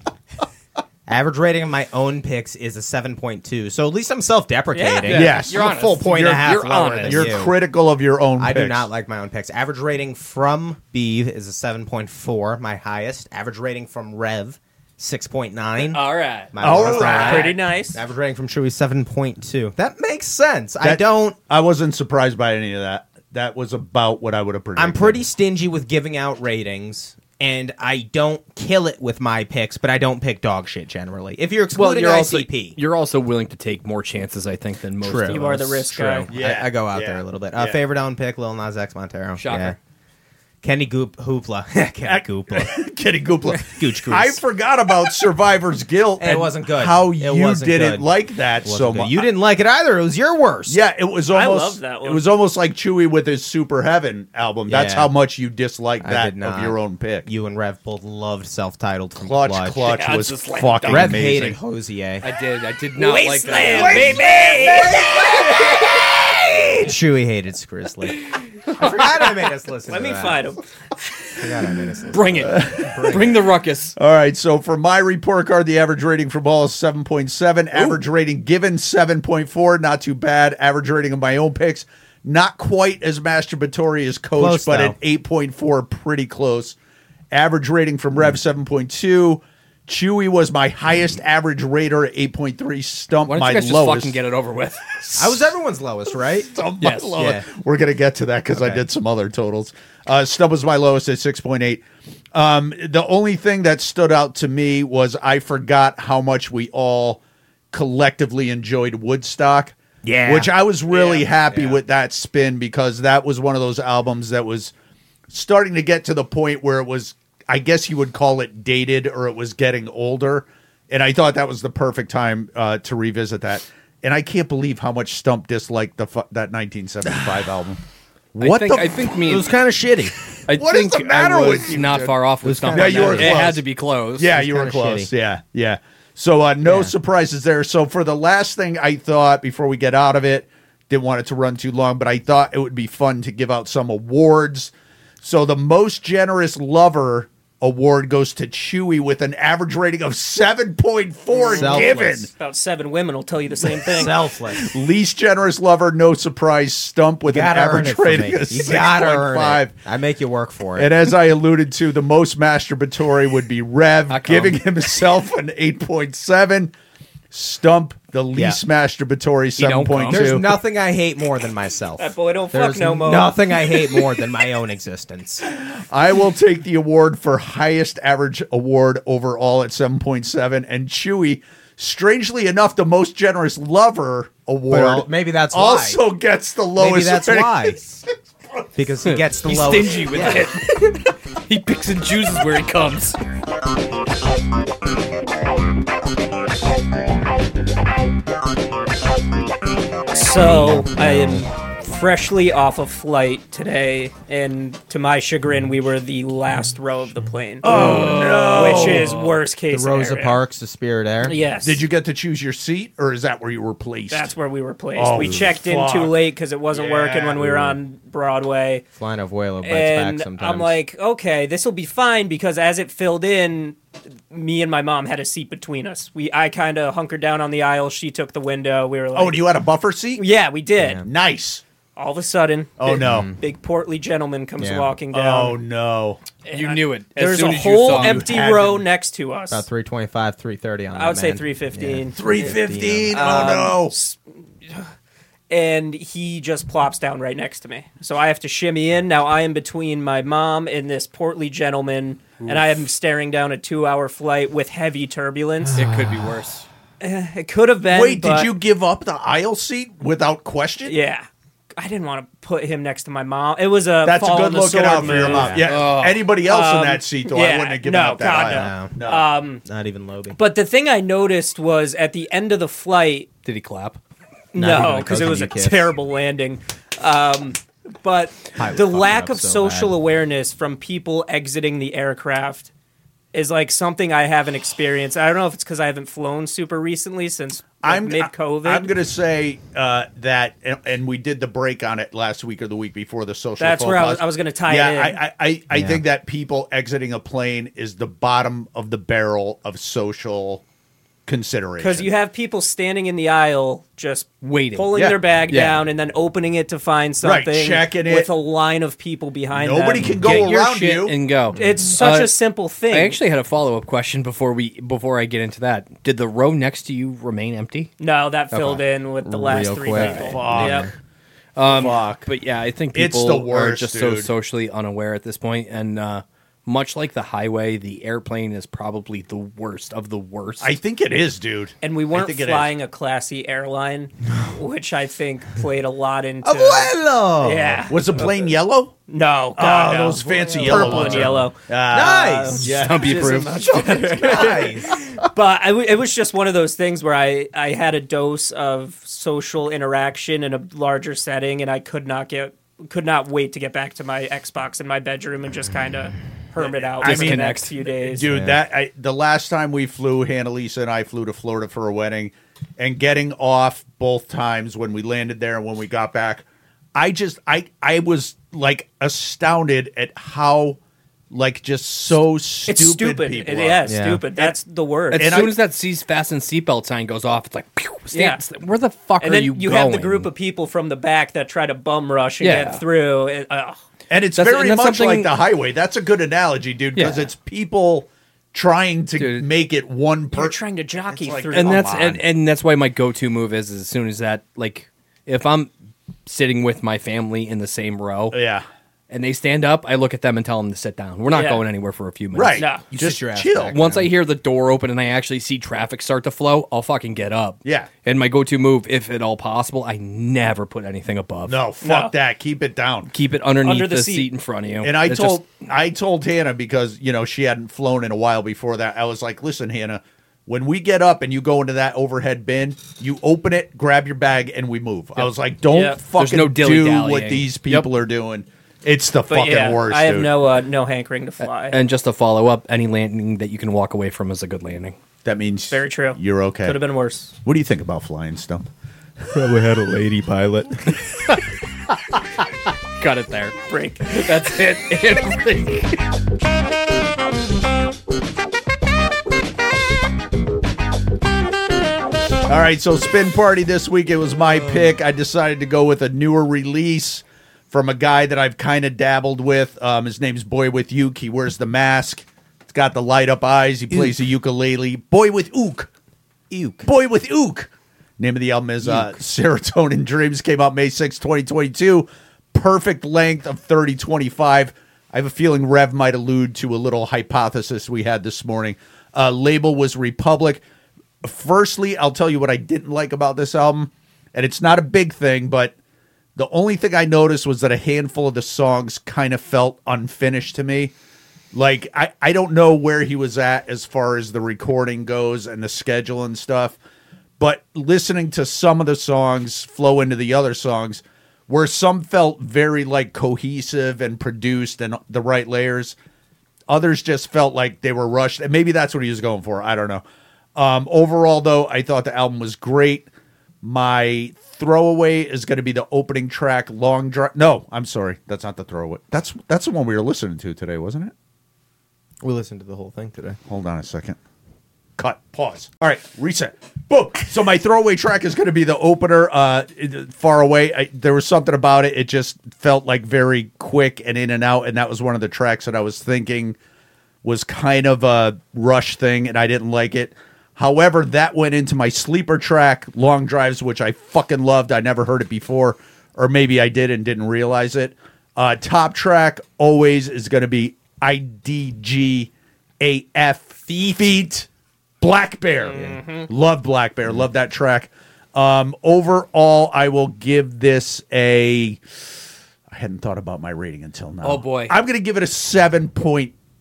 B: Average rating of my own picks is a seven point two. So at least I'm self deprecating.
A: Yeah.
C: Yes. You're
B: I'm a
A: honest.
B: full point and a
A: You're-
B: half
A: you're
B: lower
A: honest.
B: than
C: You're
B: you.
C: critical of your own.
B: I do
C: picks.
B: not like my own picks. Average rating from Beeve is a 7.4, my highest. Average rating from Rev, 6.9.
A: All right.
B: my
C: All
B: lowest.
C: right.
D: pretty nice.
B: Average rating from Chewy, 7.2. That makes sense. I
C: That-
B: don't.
C: I wasn't surprised by any of that. that was about what I would have predicted.
B: I'm pretty
C: (laughs)
B: stingy with giving out ratings, and I don't kill it with my picks, but I don't pick dog shit generally. If you're
A: Well,
B: excluding
A: you're also
B: ICP,
A: you're also willing to take more chances, I think, than most.
B: True.
A: Of
D: You are
A: us.
D: the risk
B: True.
D: guy.
C: Yeah.
B: I, I go out
C: Yeah.
B: there a little bit. Uh,
C: Yeah.
B: Favorite own pick: Lil Nas X Montero.
A: Shocker.
B: Kenny Goop Hoopla. (laughs) Kenny Goopla.
C: Kenny Goopla.
B: Gooch (laughs) Goose.
C: I
B: (laughs)
C: forgot about Survivor's Guilt.
B: It
C: and
B: wasn't good.
C: How
B: It
C: you
B: wasn't
C: did it
B: good.
C: like that
B: Wasn't
C: so
B: good.
C: much.
B: You didn't like it either. It was your worst.
C: Yeah, it was
D: I
C: almost.
D: love that one.
C: It was almost like Chewy with his Super Heaven album. That's
B: Yeah.
C: how much you disliked
B: I
C: that
B: did not.
C: of your own pick.
B: You and Rev both loved self-titled from
C: clutch,
B: Clutch.
C: clutch,
A: Yeah,
C: was
A: it's a slam
C: fucking
B: Rev hated
C: amazing.
B: Hosier.
A: I did. I did not like that.
B: Chewy hated
D: (laughs)
B: Scrisley. I forgot I made us listen.
D: Let
B: to
D: me
B: that.
D: find him.
B: I forgot I made us listen.
A: Bring it. Bring the ruckus.
C: All right, so for my report card, the average rating from all is 7.7, average rating given 7.4, not too bad. Average rating of my own picks, not quite as masturbatory as Coach,
B: Close,
C: but
B: though.
C: at 8.4, pretty close. Average rating from
A: Hmm.
C: Rev 7.2. Chewy was my highest average rater at 8.3, Stump
A: Why don't
C: my
A: you guys just
C: lowest.
A: fucking get it over with?
B: I was everyone's lowest,
D: (laughs)
B: right?
C: (laughs) Stump
A: Yes,
C: my lowest.
B: yeah.
C: We're gonna get to that because I did some other totals. Uh, Stump was my lowest at six point eight. Um, the only thing that stood out to me was I forgot how much we all collectively enjoyed Woodstock.
B: Yeah.
C: which I was really happy
B: Yeah.
C: with that spin because that was one of those albums that was starting to get to the point where it was, I guess you would call it dated or it was getting older. And I thought that was the perfect time uh, to revisit that. And I can't believe how much Stump disliked the fu-
B: (sighs)
C: that 1975 album.
A: What I think,
C: the
A: I think me.
B: It
A: and-
B: was kind of
D: (laughs)
B: shitty.
A: I
C: What is
A: think
C: the matter
A: I was
C: with you,
A: not
C: dude?
A: far off with something.
C: kinda- Yeah, you were
A: It
C: close.
A: had to be close.
C: Yeah, you were
B: kinda
C: close.
B: shitty.
C: Yeah, yeah. So uh, no
B: Yeah.
C: surprises there. So for the last thing I thought before we get out of it, didn't want it to run too long, but I thought it would be fun to give out some awards. So the most generous lover award goes to Chewy with an average rating of seven point four given.
B: Selfless.
D: About seven women will tell you the same thing.
B: Selfless.
C: Least generous lover, no surprise. Stump with an
B: gotta earn
C: average
B: it for me.
C: rating of
B: You
C: six
B: gotta
C: point
B: earn
C: five.
B: it. I make you work for it.
C: And as I alluded to, the most masturbatory would be
A: I
C: Rev,
A: come.
C: giving himself an 8.7. Stump, the least masturbatory,
A: don't come.
B: There's
C: 7.2.
B: nothing I hate more than myself.
D: That boy don't
B: There's
D: fuck no more.
B: nothing I hate more than my own existence.
C: I will take the award for highest average award overall at 7.7. And Chewy, strangely enough, the most generous lover award.
B: Well, maybe that's why.
C: also gets the lowest.
B: Maybe that's
C: rating.
B: (laughs) why. Because he gets the
A: He's
B: lowest.
A: stingy with it. he picks and chooses where he
C: (laughs)
A: comes.
D: So I am freshly off a flight today, and to my chagrin, we were the last row of the plane. Oh no! Which is worst
B: The
D: case.
B: Rosa
D: scenario.
B: Parks, the Spirit Air.
D: Yes.
C: Did you get to choose your seat, or is that where you were placed?
D: That's where we were placed.
C: Oh,
D: we checked in too
C: fuck.
D: late because it wasn't working
C: Yeah.
D: when we were on Broadway.
B: Flying of Whale bites back
D: and
B: sometimes.
D: I'm like, okay, this will be fine because as it filled in, me and my mom had a seat between us. We I kind of hunkered down on the aisle. She took the window. We were like,
C: oh, and you had a buffer seat?
D: yeah, we did.
C: Nice.
D: All of a sudden,
C: Oh,
D: big,
C: no.
D: big portly gentleman comes
B: Yeah.
D: walking
C: Oh,
D: down.
C: no.
A: You knew it. As
D: There's
A: soon
D: a
A: as you
D: whole
A: saw him.
D: empty
C: had
D: row
C: him.
D: next to us.
B: about 325, 330 on that.
D: I
C: Oh,
D: would say
B: man.
D: 315.
C: 315. oh,
D: and he just plops down right next to me. So I have to shimmy in. Now I am between my mom and this portly gentleman, and I am staring down a two-hour flight with heavy turbulence.
A: It could be worse.
D: it could have been.
C: no. Wait,
D: Um, but-
C: did you give up the aisle seat without question?
D: Yeah, I didn't want to put him next to my mom. It was a
C: That's a
D: fall on
C: good
D: the
C: looking
D: sword
C: out for your
D: move.
C: mom. Yeah. Anybody else in that seat, though, I
D: yeah,
C: wouldn't have given
D: no,
C: up that
D: God,
C: aisle.
B: No,
C: No.
B: not even Lobie.
D: But the thing I noticed was at the end of the flight,
A: Did he clap?
B: Not even
D: No,
B: a
D: because it
B: cousin
D: was
B: you
D: a
B: kiss.
D: terrible landing. Um, but
B: Pilot
D: the
B: fucked
D: lack
B: up
D: of
B: so
D: social
B: bad.
D: awareness from people exiting the aircraft is like something I haven't experienced. I don't know if it's because I haven't flown super recently since like,
C: I'm
D: mid COVID.
C: I'm going to say uh, that, and, and we did the break on it last week or the week before the social.
D: That's
C: faux
D: where I
C: pas.
D: was- I was gonna tie
C: yeah,
D: it in.
C: I, I, I, I
B: Yeah.
C: think that people exiting a plane is the bottom of the barrel of social consideration.
D: because you have people standing in the aisle just
A: Waiting.
D: pulling
C: Yeah.
D: their bag
A: Yeah.
D: down and then opening it to find
C: Right,
D: something,
C: checking it.
D: with a line of people behind
C: Nobody
D: them.
C: can go
A: Get your
C: around
A: shit
C: you.
A: and go.
D: It's such
A: Uh,
D: a simple thing.
A: I actually had a follow up question before we before I get into that. Did the row next to you remain empty?
D: no, that filled
A: Okay.
D: in with the last
B: Real
D: three
B: quick.
D: people.
C: Fuck.
D: Yep.
C: Fuck.
A: But yeah, I think
C: It's
A: people
C: the worst,
A: are just so
C: dude.
A: socially unaware at this point, and uh, much like the highway, the airplane is probably the worst of the worst.
C: I think it is, dude.
D: And we weren't
C: think it is.
D: flying a classy
C: (laughs)
D: airline, which I think played a lot into.
B: Abuelo!
D: Yeah. (laughs)
C: Was the plane yellow?
D: No.
C: Oh,
D: God, no.
C: those fancy yellow
D: purple and
C: ones are-
D: yellow. Um,
B: Nice!
A: Stumpy proof.
B: nice.
D: but I w- it was just one of those things where I, I had a dose of social interaction in a larger setting, and I could not get could not wait to get back to my Xbox in my bedroom and just kind of hermit out
C: I
D: for the
C: mean,
D: next few days.
C: Dude, that I, the last time we flew, Hannalisa and I flew to Florida for a wedding, and getting off both times when we landed there and when we got back, I just I I was like astounded at how like just so stupid,
D: it's stupid.
C: people.
D: It-
C: are.
D: yeah,
B: Yeah.
D: stupid. That's the word.
A: As
D: And,
C: And
A: soon
C: I-
A: as that cease fasten seatbelt sign goes off, it's like, pew, stand,
D: Yeah.
A: stand- where the fuck are
D: then
A: you,
D: you,
A: going?
D: have the group of people from the back that try to bum rush and
A: Yeah.
D: get through. and, uh, oh, ugh.
C: And it's
A: That's-
C: very
A: and that's
C: much like
A: something-
C: the highway. That's a good analogy, dude, because
A: Yeah.
C: it's people trying to
A: Dude.
C: make it one
D: You're
C: person.
D: trying to jockey
C: like-
D: through.
A: and
C: Come
A: that's
C: on.
A: and, and that's why my go-to move is, is as soon as that like if i'm sitting with my family in the same row
C: yeah,
A: and they stand up i look at them and tell them to sit down we're not
D: Yeah.
A: going anywhere for a few minutes
C: right.
D: No.
C: You
B: sit
C: just
B: your ass
C: chill.
B: back.
A: once i hear the door open and i actually see traffic start to flow i'll fucking get up
C: Yeah.
A: and my go-to move if at all possible i never put anything above
C: No, fuck
D: No.
C: that. Keep it down.
A: keep it underneath
D: Under the
A: the,
D: seat.
A: seat. in front of you
C: And I
A: It's
C: told
A: just-
C: I told Hannah because you know she hadn't flown in a while before that. I was like, listen, Hannah, when we get up and you go into that overhead bin, you open it, grab your bag, and we move. I was like, don't
D: Yeah. There's
C: fucking
A: no
C: do
A: dilly-dallying.
C: what these people are doing. It's the
D: But
C: fucking
D: yeah,
C: worst.
D: I have
C: dude.
D: no uh, no hankering to fly.
A: and just to follow up any landing that you can walk away from is a good landing
C: That means
D: Very true.
C: You're okay.
D: Could have been worse.
C: What do you think about flying stump?
E: Probably had a lady pilot.
A: got it there
D: Break. (laughs)
A: that's it
C: All right, so spin party this week. It was my pick. I decided to go with a newer release from a guy that I've kind of dabbled with. Um, his name's Boy with Uke. He wears the mask. It's got the light up eyes. He plays the ukulele. Boy with Ook.
B: Uke.
C: Boy with Ook. Name of the album is uh, Serotonin Dreams. Came out May 6, 2022. Perfect length of 30 25. I have a feeling Rev might allude to a little hypothesis we had this morning. Uh, label was Republic. Firstly, I'll tell you what I didn't like about this album, and it's not a big thing, but the only thing I noticed was that a handful of the songs kind of felt unfinished to me. Like I, I don't know where he was at as far as the recording goes and the schedule and stuff, but listening to some of the songs flow into the other songs, where some felt very like cohesive and produced and the right layers, others just felt like they were rushed, and maybe that's what he was going for. I don't know. Um, overall, though, I thought the album was great. My throwaway is going to be the opening track, "Long Drive." No, I'm sorry, that's not the throwaway. That's that's the one we were listening to today, wasn't it?
B: We listened to the whole thing today.
C: Hold on a second. Cut. Pause. All right. Reset. Boom. So my throwaway track is going to be the opener. Uh, it- far away. I, there was something about it. It just felt like very quick and in and out. And that was one of the tracks that I was thinking was kind of a rush thing, and I didn't like it. However, that went into my sleeper track, Long Drives, which I fucking loved. I never heard it before, or maybe I did and didn't realize it. Uh, top track always is going to be IDG AF Feet. Black Bear.
A: Mm-hmm.
C: Love Black Bear. Love that track. Um, overall, I will give this a. I hadn't thought about my rating until now.
A: Oh, boy.
C: I'm going to give it a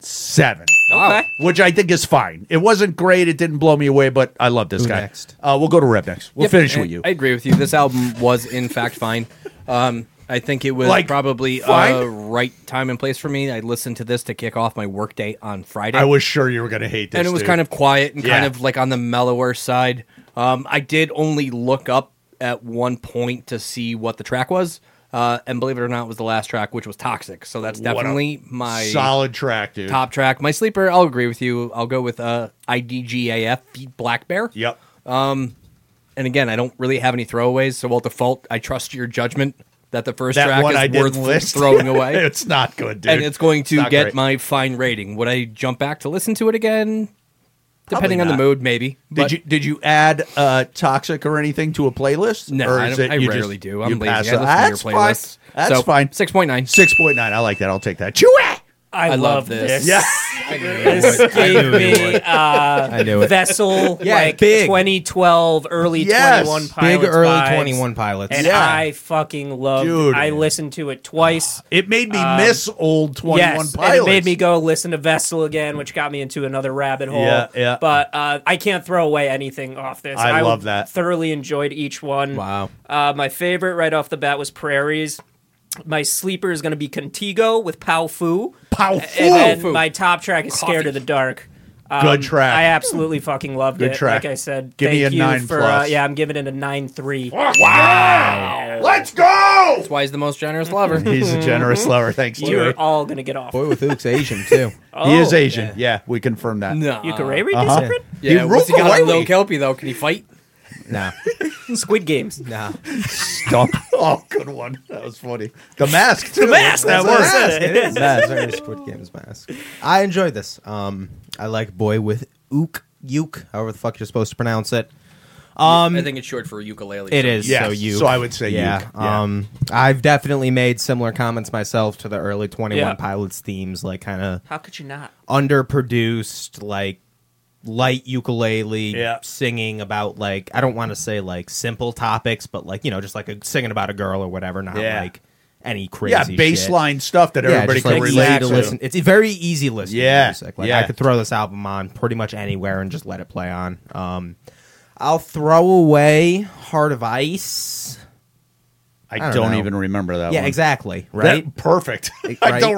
C: 7.7
A: okay
C: which I think is fine. It wasn't great. It didn't blow me away, but I love this
B: Who
C: guy.
B: next?
C: Uh, we'll go to Rev next. We'll
A: Yep,
C: finish
A: I-
C: with you.
A: I agree with you. This album was in fact fine. Um, I think it was
C: Like,
A: probably
C: fine?
A: a right time and place for me. I listened to this to kick off my workday on Friday.
C: I was sure you were going to hate this.
A: and it was
C: dude.
A: kind of quiet and kind
C: Yeah.
A: of like on the mellower side. Um, I did only look up at one point to see what the track was. Uh, and believe it or not, it was the last track, which was Toxic. So that's
C: What a
A: definitely my
C: solid track, dude.
A: top track. My sleeper, I'll agree with you. I'll go with uh, IDGAF, Beat Black Bear.
C: Yep.
A: and again, I don't really have any throwaways, so I'll default. I trust your judgment that the first
C: That
A: track
C: one
A: is
C: I
A: worth
C: didn't list. (laughs)
A: throwing away,
C: it's not good, dude.
A: and it's going to
C: not
A: get
C: great.
A: my fine rating. Would I jump back to listen to it again? Depending on the
C: not.
A: mood, maybe.
C: Did you did you add uh, toxic or anything to a playlist?
A: No,
C: or
A: I,
C: is
A: don't, I
C: you
A: rarely
C: just-
A: do.
C: you
A: I'm lazy. I listen
C: pass
A: to
C: it?
A: your
C: That's
A: playlists.
C: Fine. That's
A: so,
C: fine.
A: Six point nine. (laughs)
C: Six point nine. I like that. I'll take that. Chewy.
D: I,
A: I
D: love,
A: love
D: this.
A: this.
C: Yeah.
D: (laughs)
C: (laughs)
D: This gave me uh,
B: I knew it.
D: Vessel
B: Yeah,
D: like
B: big.
D: 2012, early
C: Yes.
D: 21
C: Big
D: pilots.
B: Big early
D: vibes.
B: 21 pilots.
D: And
C: Yeah.
D: I fucking loved
C: Dude.
D: it. I listened to it twice.
C: It made me
A: Um,
C: miss old twenty one
D: Yes, and
C: pilots.
D: it made me go listen to Vessel again, which got me into another rabbit hole.
C: Yeah, yeah.
D: But uh, I can't throw away anything off this.
C: I love that.
D: Thoroughly enjoyed each one.
B: Wow.
D: Uh, my favorite right off the bat was Prairies. My sleeper is going to be Contigo with Pow Fu.
C: Pow Fu.
D: And then
A: Fu.
D: my top track is Scared of the Dark. Um,
C: Good track.
D: I absolutely fucking loved
C: Good
D: it.
C: track.
D: Like I said,
C: Give
D: thank
C: me a
D: you
C: nine
D: for uh,
C: plus.
D: yeah, I'm giving it a nine three.
C: Wow! Let's go.
A: That's why he's the most generous
C: (laughs)
A: lover.
C: He's a generous lover. Thanks,
D: You're
C: Chewy.
D: all gonna get off.
B: Boy with Luke's Asian,
D: (laughs)
B: too.
C: he is
D: Oh.
C: Asian. Yeah, we confirm that.
A: no.
D: Ukulele
C: Uh-huh.
D: discipline?
A: Yeah,
C: He
A: what's he
C: rolled
A: got on
C: away.
A: Lil Kelpie though? Can he fight?
B: Nah.
D: Squid Games.
B: Nah.
C: Stop. (laughs) oh, good one. That was funny. The mask. Too. The
D: mask, that was it.
B: It is. Mask. Sorry, Squid Game's mask. I enjoyed this. Um, I like Boy with Ook, Uke, however the fuck you're supposed to pronounce it.
C: Um,
A: I think it's short for ukulele.
B: It is
C: Yeah.
B: so you.
C: So I would say
B: yeah.
C: uke, yeah.
B: Um, I've definitely made similar comments myself to the early Twenty One
D: Yeah.
B: Pilots themes, like kind of
D: How could you not?
B: underproduced, like light ukulele
C: Yeah.
B: singing about like I don't want to say like simple topics, but like you know just like a, singing about a girl or whatever, not
C: Yeah.
B: like any crazy
C: Yeah,
B: shit.
C: baseline stuff that everybody
B: just,
C: can
B: like,
C: relate
B: easy to
C: to.
B: listen. It's very easy listening
C: Yeah,
B: yeah, music. Like
C: yeah.
B: I could throw this album on pretty much anywhere and just let it play on. Um, I'll throw away Heart of Ice.
C: I,
B: don't
C: don't
B: know.
C: even remember that
B: yeah,
C: one.
B: exactly.
C: That-
B: Right.
C: perfect. I
B: Right?
C: don't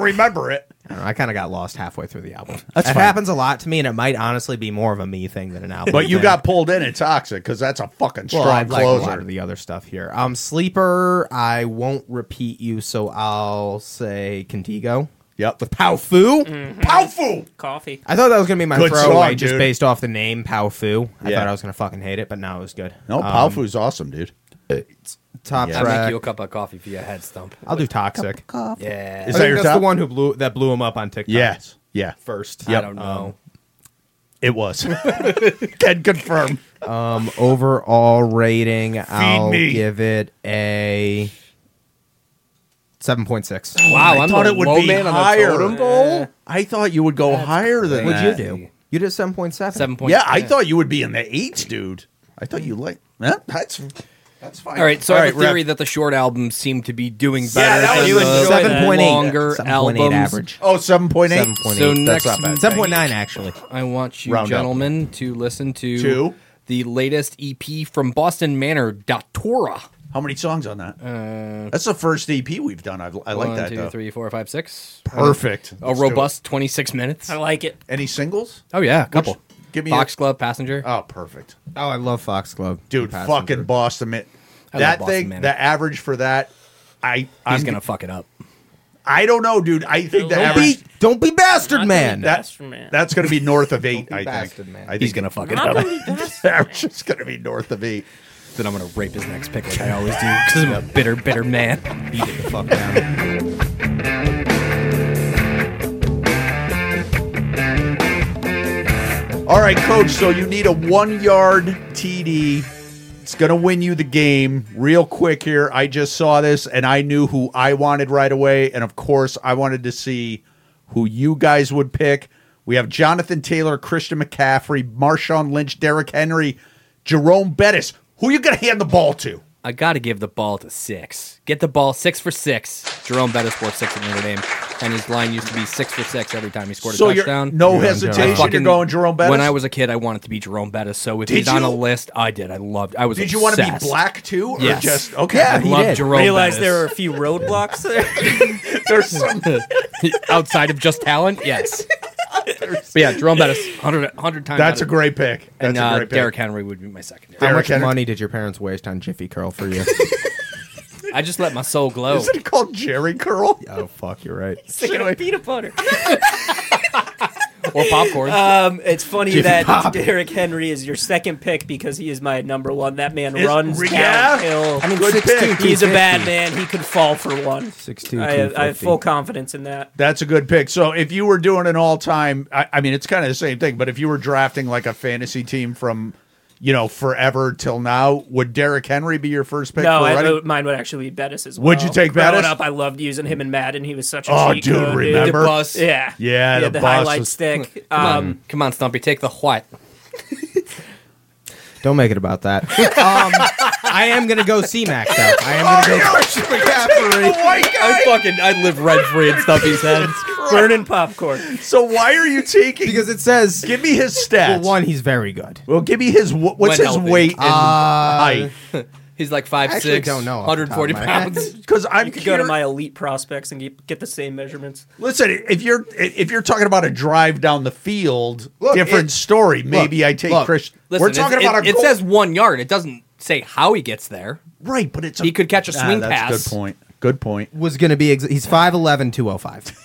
B: (laughs)
C: remember it.
B: I, don't know, I kind of got lost halfway through the album.
C: That's
B: that
C: fine.
B: happens a lot to me, and it might honestly be more of a me thing than an album.
C: But you
B: thing.
C: got pulled in at Toxic because that's a fucking strong
B: well, I like a
C: closer.
B: lot of the other stuff here. Um, Sleeper. I won't repeat you, so I'll say Contigo. (laughs)
C: Yep.
B: With Pow Fu.
A: Mm.
C: Powfu.
D: Coffee.
B: I thought that was gonna be my
C: Good
B: throwaway,
C: song,
B: just
C: dude.
B: based off the name Pow Fu. I
C: Yeah.
B: thought I was gonna fucking hate it, but now it was good.
C: No,
B: Um,
C: Powfu's awesome, dude.
B: top
C: Yeah.
A: I make
B: track.
A: you a cup of coffee for your head stump.
B: I'll do Toxic. I
A: Yeah.
C: Is
B: think
C: that your
B: that's
C: top?
B: the one who blew that blew him up on TikTok.
C: Yes. Yeah. Um,
B: first.
A: I don't know.
C: It was. (laughs) Can confirm.
B: Um, overall rating, I'll
C: me.
B: give it a seven point six.
A: wow,
C: I
A: I'm
C: thought
A: the
C: it would
A: low
C: be
A: man on the
C: higher.
A: totem
C: I thought you would go higher than
A: crazy.
B: What'd
C: that.
B: you do? You did seven point seven.
A: Seven point.
C: Yeah, I thought you would be in the eights, dude. I thought you like Eh, that's that's fine.
A: All right, so I have a
C: Rev.
A: theory that the short albums seem to be doing better
C: that
A: than
C: was- Oh, you
A: the
D: enjoy that.
B: 7.8.
A: longer
B: 7.8
A: albums.
B: average.
C: Oh, 7.8.
B: 7.8.
A: So
C: That's
A: next,
C: not bad.
B: Seven point nine actually.
A: I want you
C: Round up.
A: gentlemen to listen to
C: Two.
A: the latest EP from Boston Manor, Datura.
C: How many songs on that? that's the first EP we've done. I've, I like
A: Uh, One,
C: that
A: two,
C: though.
A: three, four, five, six.
C: Perfect.
A: A
C: Let's do it.
A: robust 26 minutes.
D: I like it.
C: Any singles?
A: Oh, yeah, a couple.
C: Give me
A: Box
C: a,
A: Club, Passenger.
C: Oh, perfect.
B: Oh, I love Fox Club,
C: Dude,
B: Passenger.
C: fucking Boston. Man.
A: I love
C: That
A: Boston
C: thing,
A: Man.
C: the average for that, I
A: He's
C: I'm,
A: going to fuck it up.
C: I don't know, dude. I think the
D: Don't
B: Don't be,
C: average
B: don't be bastard man.
C: that-
D: That's from it.
C: that's going to be north of eight.
B: be
C: I
B: bastard,
C: think.
B: man.
C: I think
A: He's going to fuck it
D: (laughs) Not
A: up.
D: really best.
C: the average is going to be north of eight.
A: (laughs) Then I'm going to rape his next pick like I always do because I'm a bitter, bitter man.
B: Beat it the fuck
C: (laughs)
B: down.
C: All right, coach. So you need a one yard TD. It's going to win you the game real quick here. I just saw this and I knew who I wanted right away. And of course, I wanted to see who you guys would pick. We have Jonathan Taylor, Christian McCaffrey, Marshawn Lynch, Derrick Henry, Jerome Bettis. Who you going to hand the ball to?
A: I got to give the ball to six. Get the ball six for six. Jerome Bettis scored six at Notre Dame, and his line used to be six for six every time he scored a
C: So you're
A: touchdown.
C: no
B: Jerome
A: I
C: hesitation.
B: Bettis.
C: you're going Jerome Bettis.
A: When I was a kid, I wanted to be Jerome Bettis. So if
C: Did
A: he's on a
C: you?
A: list, I did. I loved. I was.
C: did you want to
A: obsessed.
C: be black too, or
A: Yes.
C: just okay?
A: I
B: he
A: loved
B: did.
A: Jerome.
D: Realized there were a
A: Bettis.
D: few roadblocks (laughs) there.
C: There's some
A: (laughs) outside of just talent. Yes. but yeah, Jerome Bettis, 100, 100 times. out
C: That's a
A: of-
C: great pick. That's
A: And uh,
C: a great pick.
A: Derrick Henry would be my second.
B: How
C: Derrick
B: much
C: Henry.
B: money did your parents waste on Jiffy Curl for you? (laughs)
A: I just let my soul glow.
C: Is it (laughs) called Jerry Curl?
B: oh fuck, you're right.
D: Sticking a peanut butter.
A: or popcorn.
D: (laughs)
C: Uh,
D: Um, it's funny
C: Jimmy
D: that
C: Pop.
D: Derrick Henry is your second pick because he is my number one. That man
C: Is-
D: runs
C: yeah.
D: downhill.
A: I mean,
C: good
A: 6'2",
C: pick.
D: he's a
A: 250.
D: bad man. He could fall for one.
E: 6'2",
D: I have, I have
E: 250.
D: full confidence in that.
C: That's a good pick. So if you were doing an all time, I, I mean, it's kind of the same thing, but if you were drafting like a fantasy team from, you know, forever till now, would Derrick Henry be your first pick?
D: No,
C: for
D: I,
C: running-
D: uh, mine would actually be Bettis as well.
C: Would you take
D: Growing
C: Bettis?
D: up, I loved using him in Madden. He was such a
C: Oh,
D: cheat
C: dude,
D: code,
A: the
C: remember?
A: bus.
D: Yeah,
C: Yeah,
D: He had
C: the
D: the,
C: bus
D: highlight
C: was-
D: stick.
C: (laughs)
A: Come on,
D: Um,
A: come on, Stumpy, take the what?
B: Don't make it about
C: (laughs)
B: that. um, I am gonna go C Mac though. I am
C: (laughs)
B: gonna go.
C: The white guy?
A: I fucking I live rent free in Stumpy's head.
D: burning popcorn.
C: So why are you taking?
B: Because it says
C: give me his stats.
B: well,
C: Well,
B: one, he's very good.
C: give me his wh- what's
A: When
C: his
A: healthy.
C: weight and height?
A: He's like five
B: actually
A: six,
B: don't know off the top of
A: 140
B: my head.
A: pounds.
C: Because I'm
D: You could go to
C: curi-
D: my elite prospects and get, get the same measurements.
C: listen. If you're if you're talking about a drive down the field,
B: Look,
C: different
B: it-
C: story. Maybe I take
B: look,
C: Christian.
A: Listen,
C: We're talking
A: it,
C: about
A: it,
C: a
A: it
C: goal-
A: says one yard. It doesn't say how he gets there.
C: right, but it's a,
A: He could catch a
C: Ah,
A: swing
C: that's a
A: pass.
C: Good point. Good point.
B: Was gonna be. Ex- he's 5'11",
C: (laughs)
B: 205.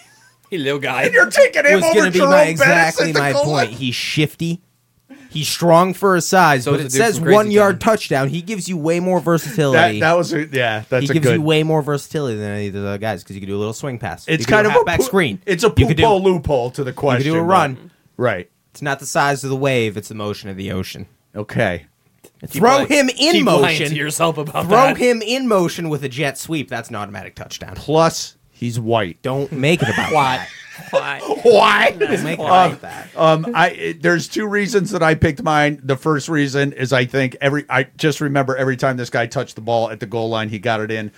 A: Hey, little guy.
C: You're taking him
B: was
C: over
B: going to be
C: Jerome
B: my
C: Bettis at
B: exactly
C: the
B: my
C: goal
B: point.
C: line?
B: He's shifty. He's strong for his size,
A: So
B: but
A: is the
B: it
A: dude
B: says
A: from Crazy
B: one yard
A: Town.
B: touchdown. He gives you way more
C: That,
B: versatility.
C: that was a, yeah. That's
B: he
C: a
B: gives
C: good.
B: you way more versatility than any of the other guys because you can do a little swing pass.
C: it's
B: You can do
C: kind of a
B: halfback
C: poo-
B: screen.
C: It's a
B: You could do-
C: poophole loophole to the
B: You
C: question.
B: could do a
C: but-
B: run.
C: Right.
B: It's not the size of the wave; it's the motion of the ocean.
C: Okay.
B: throw
A: lying-
B: him in
A: Keep lying
B: motion.
A: to yourself about
B: Throw
A: that.
B: him in motion with a jet sweep. That's an automatic touchdown.
C: Plus, he's white.
B: Don't make it about that.
D: Why?
C: (laughs) Why?
B: Don't make it about that.
C: Um, I it- there's two reasons that I picked mine. The first reason is I think every I just remember every time this guy touched the ball at the goal line, he got it in.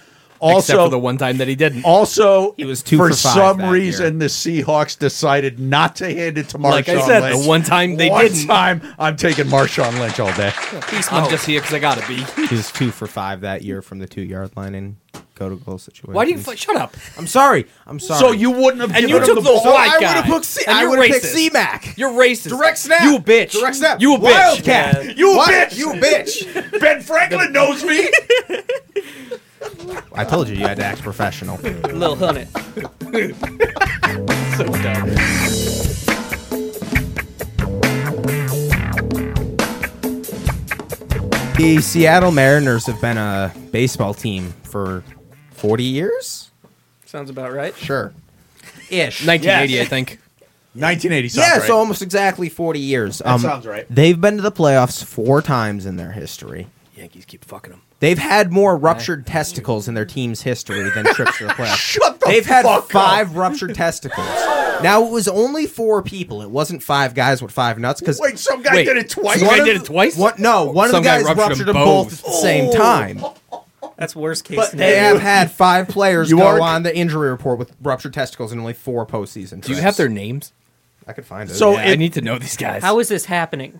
A: Except
C: Also,
A: for the one time that he didn't.
C: also
B: He was two for five
C: some
B: that
C: reason the Seahawks decided not to hand it to Marshawn.
A: Like I said, the
C: Lynch.
A: one time they
C: One
A: didn't.
C: time I'm taking Marshawn Lynch all day.
A: I'm just here because I gotta be.
B: He was two for five that year from the two yard line in go to goal situation.
A: Why do you f- shut up?
B: I'm sorry. I'm sorry.
C: So you wouldn't have
A: And
C: given
A: you
C: him
A: took the,
C: the ball.
A: white
B: I
A: guy.
B: would've picked C-
A: And
B: I
A: you're
B: would've picked
A: racist.
B: C-Mac.
A: You're racist.
B: Direct snap.
A: You a bitch.
B: Direct snap.
A: You a bitch.
B: Wildcat.
C: You a
B: What?
C: bitch.
B: You a bitch.
C: Ben
B: (laughs)
C: Franklin knows me.
B: I told you you had to act professional.
D: Lil Hunnit.
A: So dumb.
B: the Seattle Mariners have been a baseball team for 40 years?
D: Sounds about right.
B: Sure. Ish.
A: 1980, I think.
C: 1980. sounds
B: yeah,
C: right.
B: so almost exactly 40 years. That
C: sounds right.
B: They've been to the playoffs four times in their history.
A: Yankees keep fucking him.
B: They've had more ruptured testicles in their team's history than trips to the (laughs) playoffs.
C: shut the
B: They've had
C: fuck
B: five
C: up. (laughs)
B: ruptured testicles. Now it was only four people. It wasn't five guys with five nuts because
C: Wait, some guy
A: Wait,
C: did it twice. Oh.
A: Some
B: One
A: guy
B: of
A: did
B: the-
A: it twice?
B: What? No, one
A: Some
B: of the
A: guy
B: guys
A: ruptured
B: ruptured,
A: them
B: them both at
A: both.
B: the same time.
D: That's worst case
B: But they
D: scenario.
B: have had five players
C: You
B: go
C: are-
B: on the injury report with ruptured testicles in only four postseason.
A: Do you
B: trips.
A: have their names?
B: I could find Oh, it.
C: So
A: Yeah, I
C: it-
A: need to know these guys.
D: How is this happening?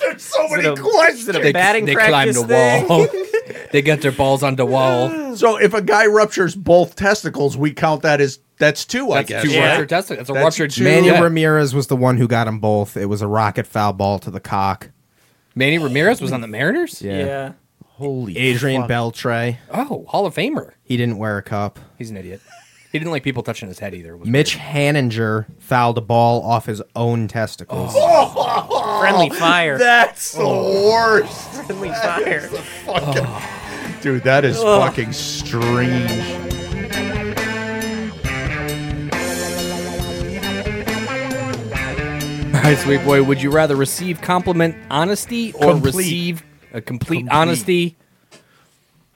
C: There's so
D: it
C: many
D: a-
C: questions.
A: they,
D: batting
A: they climbed the
D: practice
A: wall. (laughs) they got their balls on the
B: (laughs)
A: wall.
C: So if a guy ruptures both testicles, we count that as that's two. I
A: That's
C: guess.
A: two
D: Yeah.
A: ruptured testicles. That's a
C: That's
A: ruptured
C: two-
B: Manny
A: Yeah.
B: Ramirez was the one who got them both. It was a rocket foul ball to the cock.
A: Manny Ramirez was on the Mariners?
D: Yeah.
C: Holy
B: Adrian Beltre.
A: Oh, Hall of Famer.
B: He didn't wear a cup.
A: He's an idiot. He didn't like people touching his head either. It was
B: Mitch Hanninger fouled a ball off his own
C: Oh.
B: testicles.
D: Friendly fire.
C: That's the
A: Oh.
C: worst.
D: Friendly fire.
C: Fucking dude, that is fucking strange.
A: All right, sweet boy. Would you rather receive compliment honesty or
C: Complete.
A: receive a complete,
C: Complete.
A: honesty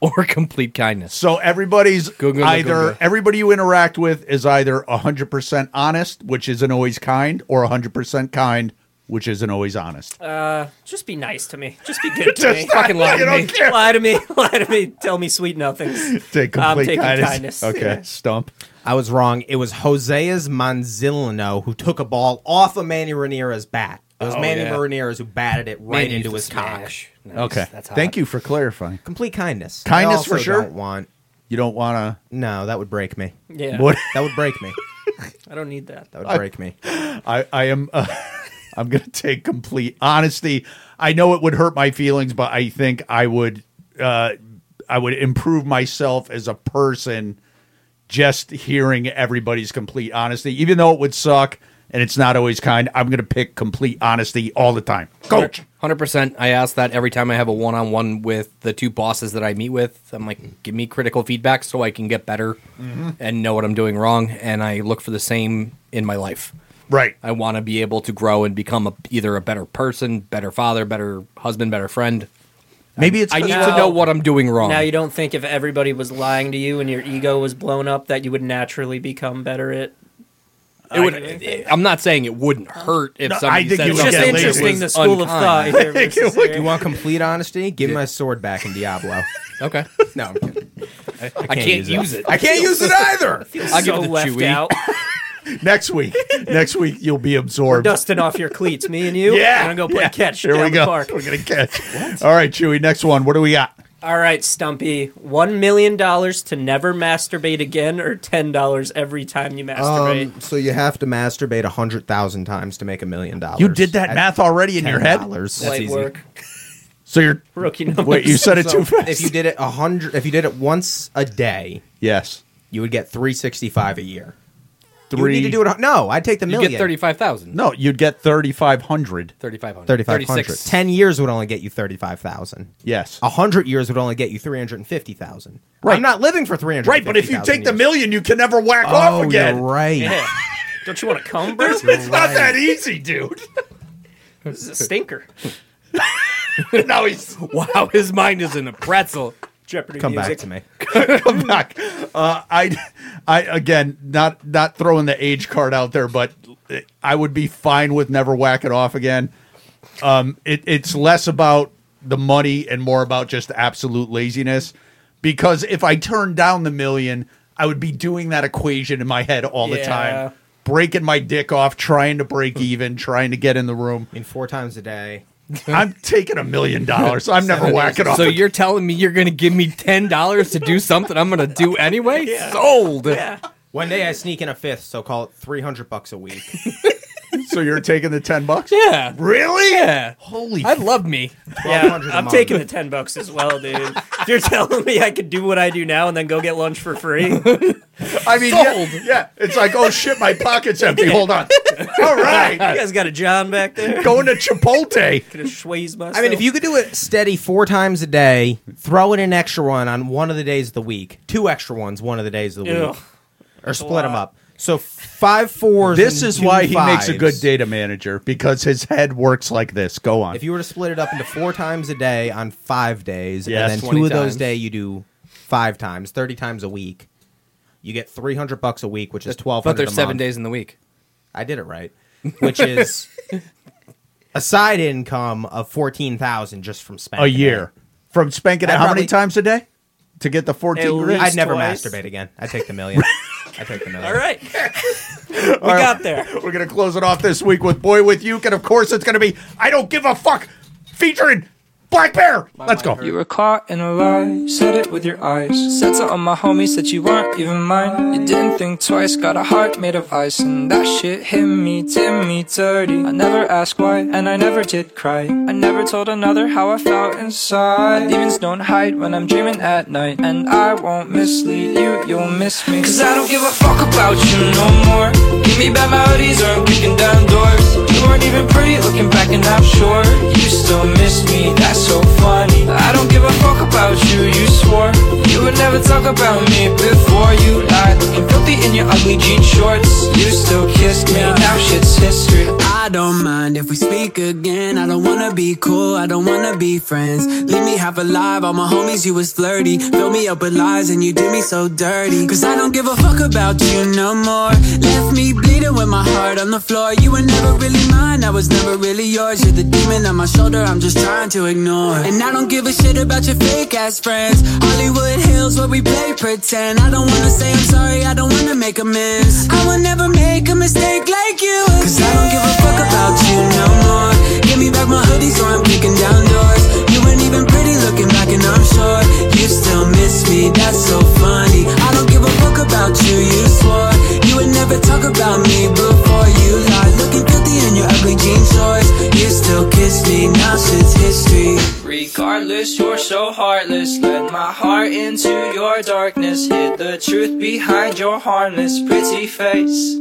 A: or (laughs) complete kindness?
C: So everybody's
A: Gunga la
C: either
A: gunga.
C: everybody you interact with is either hundred percent honest, which isn't always kind, or hundred percent kind, which isn't always honest.
D: Uh, Just be nice to me. Just be good to me.
A: fucking lie to me.
C: care.
D: Lie to me. (laughs) Lie to me. Tell me sweet nothings.
C: Take
D: I'm
C: complete
D: taking
C: kindness.
D: kindness.
C: Okay,
D: Yeah.
C: stump.
B: I was wrong. It was Jose's Manzilino who took a ball off of Manny Ramirez's bat. It was
A: Oh,
B: Manny
A: yeah.
B: Ramirez who batted it right
A: Man,
B: into
A: he's
B: his
A: a
B: cock.
A: smash. Nice.
C: Okay,
A: That's hot.
C: thank you for clarifying.
B: Complete kindness.
C: Kindness
B: I also
C: for sure?
B: Don't want.
C: You don't want
B: No, that would break me.
D: Yeah.
C: to. What?
B: That would break me.
D: I don't need that.
B: That would break me.
C: I, I am. Uh, (laughs) I'm going to take complete honesty. I know it would hurt my feelings, but I think I would. Uh, I would improve myself as a person just hearing everybody's complete honesty, even though it would suck and it's not always kind. I'm going to pick complete honesty all the time. Coach.
A: Hundred percent. I ask that every time I have a one-on-one with the two bosses that I meet with. I'm like, give me critical feedback so I can get better
C: Mm-hmm.
A: and know what I'm doing wrong. And I look for the same in my life.
C: Right.
A: I want to be able to grow and become a, either a better person, better father, better husband, better friend.
C: Maybe it's
A: I need
D: Now-
A: to know what I'm doing wrong.
D: Now you don't think if everybody was lying to you and your ego was blown up that you would naturally become better at.
A: it would,
D: arguing things?
A: I'm not saying it wouldn't hurt if
C: No,
A: somebody
C: I think
A: said
C: you
D: it's
A: something
C: would
D: just
C: get
A: that
C: lazy.
D: interesting
A: was
D: the
A: unkind.
D: school of thought. here versus there.
B: You want complete honesty? Give my sword back in Diablo.
A: (laughs) Okay,
B: No, I'm kidding.
A: I, can't use it.
B: (laughs) I can't use it either.
A: I'll give
D: so
A: it to
D: left
A: Chewie.
D: out.
C: next week. next week you'll be absorbed.
D: Dusting off your cleats, me and you.
C: Yeah.
D: And I'm going to play
C: yeah.
D: catch
C: Here
D: down
C: we
D: the
C: go.
D: park.
C: We're gonna catch. All right, Chewy. Next one. What do we got?
D: All right, Stumpy. $1 million to never masturbate again or $10 every time you masturbate?
B: Um, so you have to masturbate a hundred thousand times to make a million dollars.
C: You did that
B: At
C: math already in your head.
B: $10.
A: That's
D: Light
A: easy.
D: work.
C: So you're
D: Rookie numbers.
C: wait. You said
B: (laughs)
C: it
B: So
C: too fast.
B: If you did it a hundred, if you did it once a day,
C: yes.
B: you would get three sixty five a year.
C: Three.
B: You need to do it. a hun- No, I'd take the
A: You
B: million.
A: get thirty-five thousand.
C: No, you'd get thirty five hundred.
A: 3,500.
B: 3,500.
A: 36.
B: 10 years would only get you 35,000.
C: Yes.
B: 100 years would only get you 350,000.
C: Right.
B: I'm not living for 300.
C: Right, but if you take the million, you can never whack
B: oh,
C: off again.
B: you're right.
D: Yeah. Don't you want to come, bro?
C: It's not that easy, dude. (laughs)
D: This is a stinker.
C: now he's
A: Wow, his mind is in a pretzel.
D: Jeopardy
B: Come back
D: music.
B: to me.
C: come back. Uh, I, I again, not not throwing the age card out there, but I would be fine with never whacking off again. Um, it, it's less about the money and more about just absolute laziness. Because if I turned down the million, I would be doing that equation in my head all the
D: Yeah.
C: time, breaking my dick off, trying to break even, trying to get in the room.
B: I mean, four times a day.
C: I'm taking a million dollars. I'm never whacking off.
A: So
C: again.
A: you're telling me you're going to give me $10 to do something I'm going to do anyway? Sold.
D: Yeah.
B: One day I sneak in a fifth, so call it 300 bucks a week.
C: so you're taking the ten bucks?
A: Yeah.
C: Really?
A: Yeah.
C: Holy
A: I love me.
D: Yeah,
B: 1200 a
D: I'm
B: month.
D: taking the ten bucks as well, dude. if you're telling me I could do what I do now and then go get lunch for free,
C: I mean, yeah, yeah, it's like, oh shit, my pocket's empty.
B: (laughs)
C: Hold on. All
D: you
C: right,
D: guys got a John back there.
C: going to Chipotle.
D: Could have schways myself.
B: I mean, if you could do it steady four times a day, throw in an extra one on one of the days of the week, two extra ones one of the days of the
D: Ew.
B: week, or split them up. So five fours.
C: This
B: and
C: is
B: two
C: why he makes a good
B: fives.
C: data manager because his head works like this. Go on.
B: If you were to split it up into four times a day on five days,
C: Yes.
B: and then
A: 20
B: two of those
A: times.
B: day you do five times, thirty times a week, you get three hundred bucks a week, which is twelve
A: But
B: hundred.
A: there's seven days in the week.
B: I did
A: (laughs)
B: it right, which is a side income of fourteen thousand just from spending
C: a year from spanking it
B: I
C: how many
B: probably-
C: times a day to get the fourteen?
D: At
C: grand?
D: least-
B: I'd never
D: twice.
B: masturbate again. I take the
D: (laughs)
B: million. I take the million. (laughs)
D: all right, we got there.
C: We're gonna close it off this week with "Boy with You," and of course, it's gonna be "I Don't Give a Fuck" featuring Black Bear. Let's go.
H: You were caught in a lie, said it with your eyes. Said to all my homies that you weren't even mine. You didn't think twice, got a heart made of ice, and that shit hit me, did me dirty. I never asked why, and I never did cry. I never told another how I felt inside. My demons don't hide when I'm dreaming at night, and I won't mislead you, you'll miss me. Cause I don't give a fuck about you no more. Give me bad melodies or I'm kicking down doors. You weren't even pretty looking back, and I'm sure you still miss me, that's so funny. I don't give a fuck about you, you swore. You would never talk about me before you lied. Looking filthy in your ugly jean shorts. You still kissed me, now shit's history.
I: I don't mind if we speak again. I don't wanna be cool, I don't wanna be friends. Leave me half alive, all my homies, you was flirty. Fill me up with lies and you did me so dirty. Cause I don't give a fuck about you no more. Left me bleeding with my heart on the floor. You were never really mine, I was never really yours. You're the demon on my shoulder, I'm just trying to ignore. And I don't give a shit about your fake ass friends. Hollywood Hills where we play pretend. I don't wanna say I'm sorry, I don't wanna make amends. I will never make a mistake like you again. Cause I don't give a fuck about you no more. Give me back my hoodie so I'm kicking down doors. You weren't even pretty looking back and I'm sure you still miss me, that's so funny. I don't give a fuck about you, you swore. You would never talk about me before you lied. Looking filthy in your ugly jean shorts. You still kiss me, now shit's history.
H: Regardless, you're so heartless. Led my heart into your darkness. Hid the truth behind your harmless, pretty face.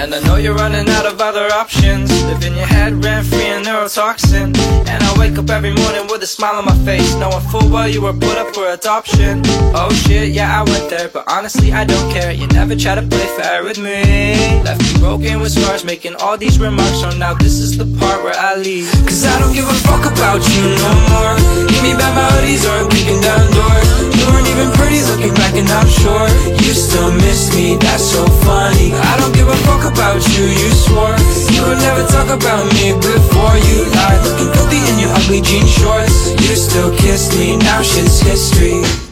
H: And I know you're running out of other options. Live in your head, rent free and neurotoxin. And I wake up every morning with a smile on my face, knowing full well you were put up for adoption. Oh shit, yeah, I went there, but honestly, I don't care. You never try to play fair with me. Left me broken with scars, making all these remarks. So now this is the part where I leave. Cause I don't give a fuck about you no more. Give me back my hoodies or I'm kicking down doors. You weren't even pretty looking back and I'm sure you still miss me. That's so funny. I don't give a fuck about you, you swore. You would never talk about me before you lied. Looking filthy in your ugly jean shorts. You still kiss me, now shit's history.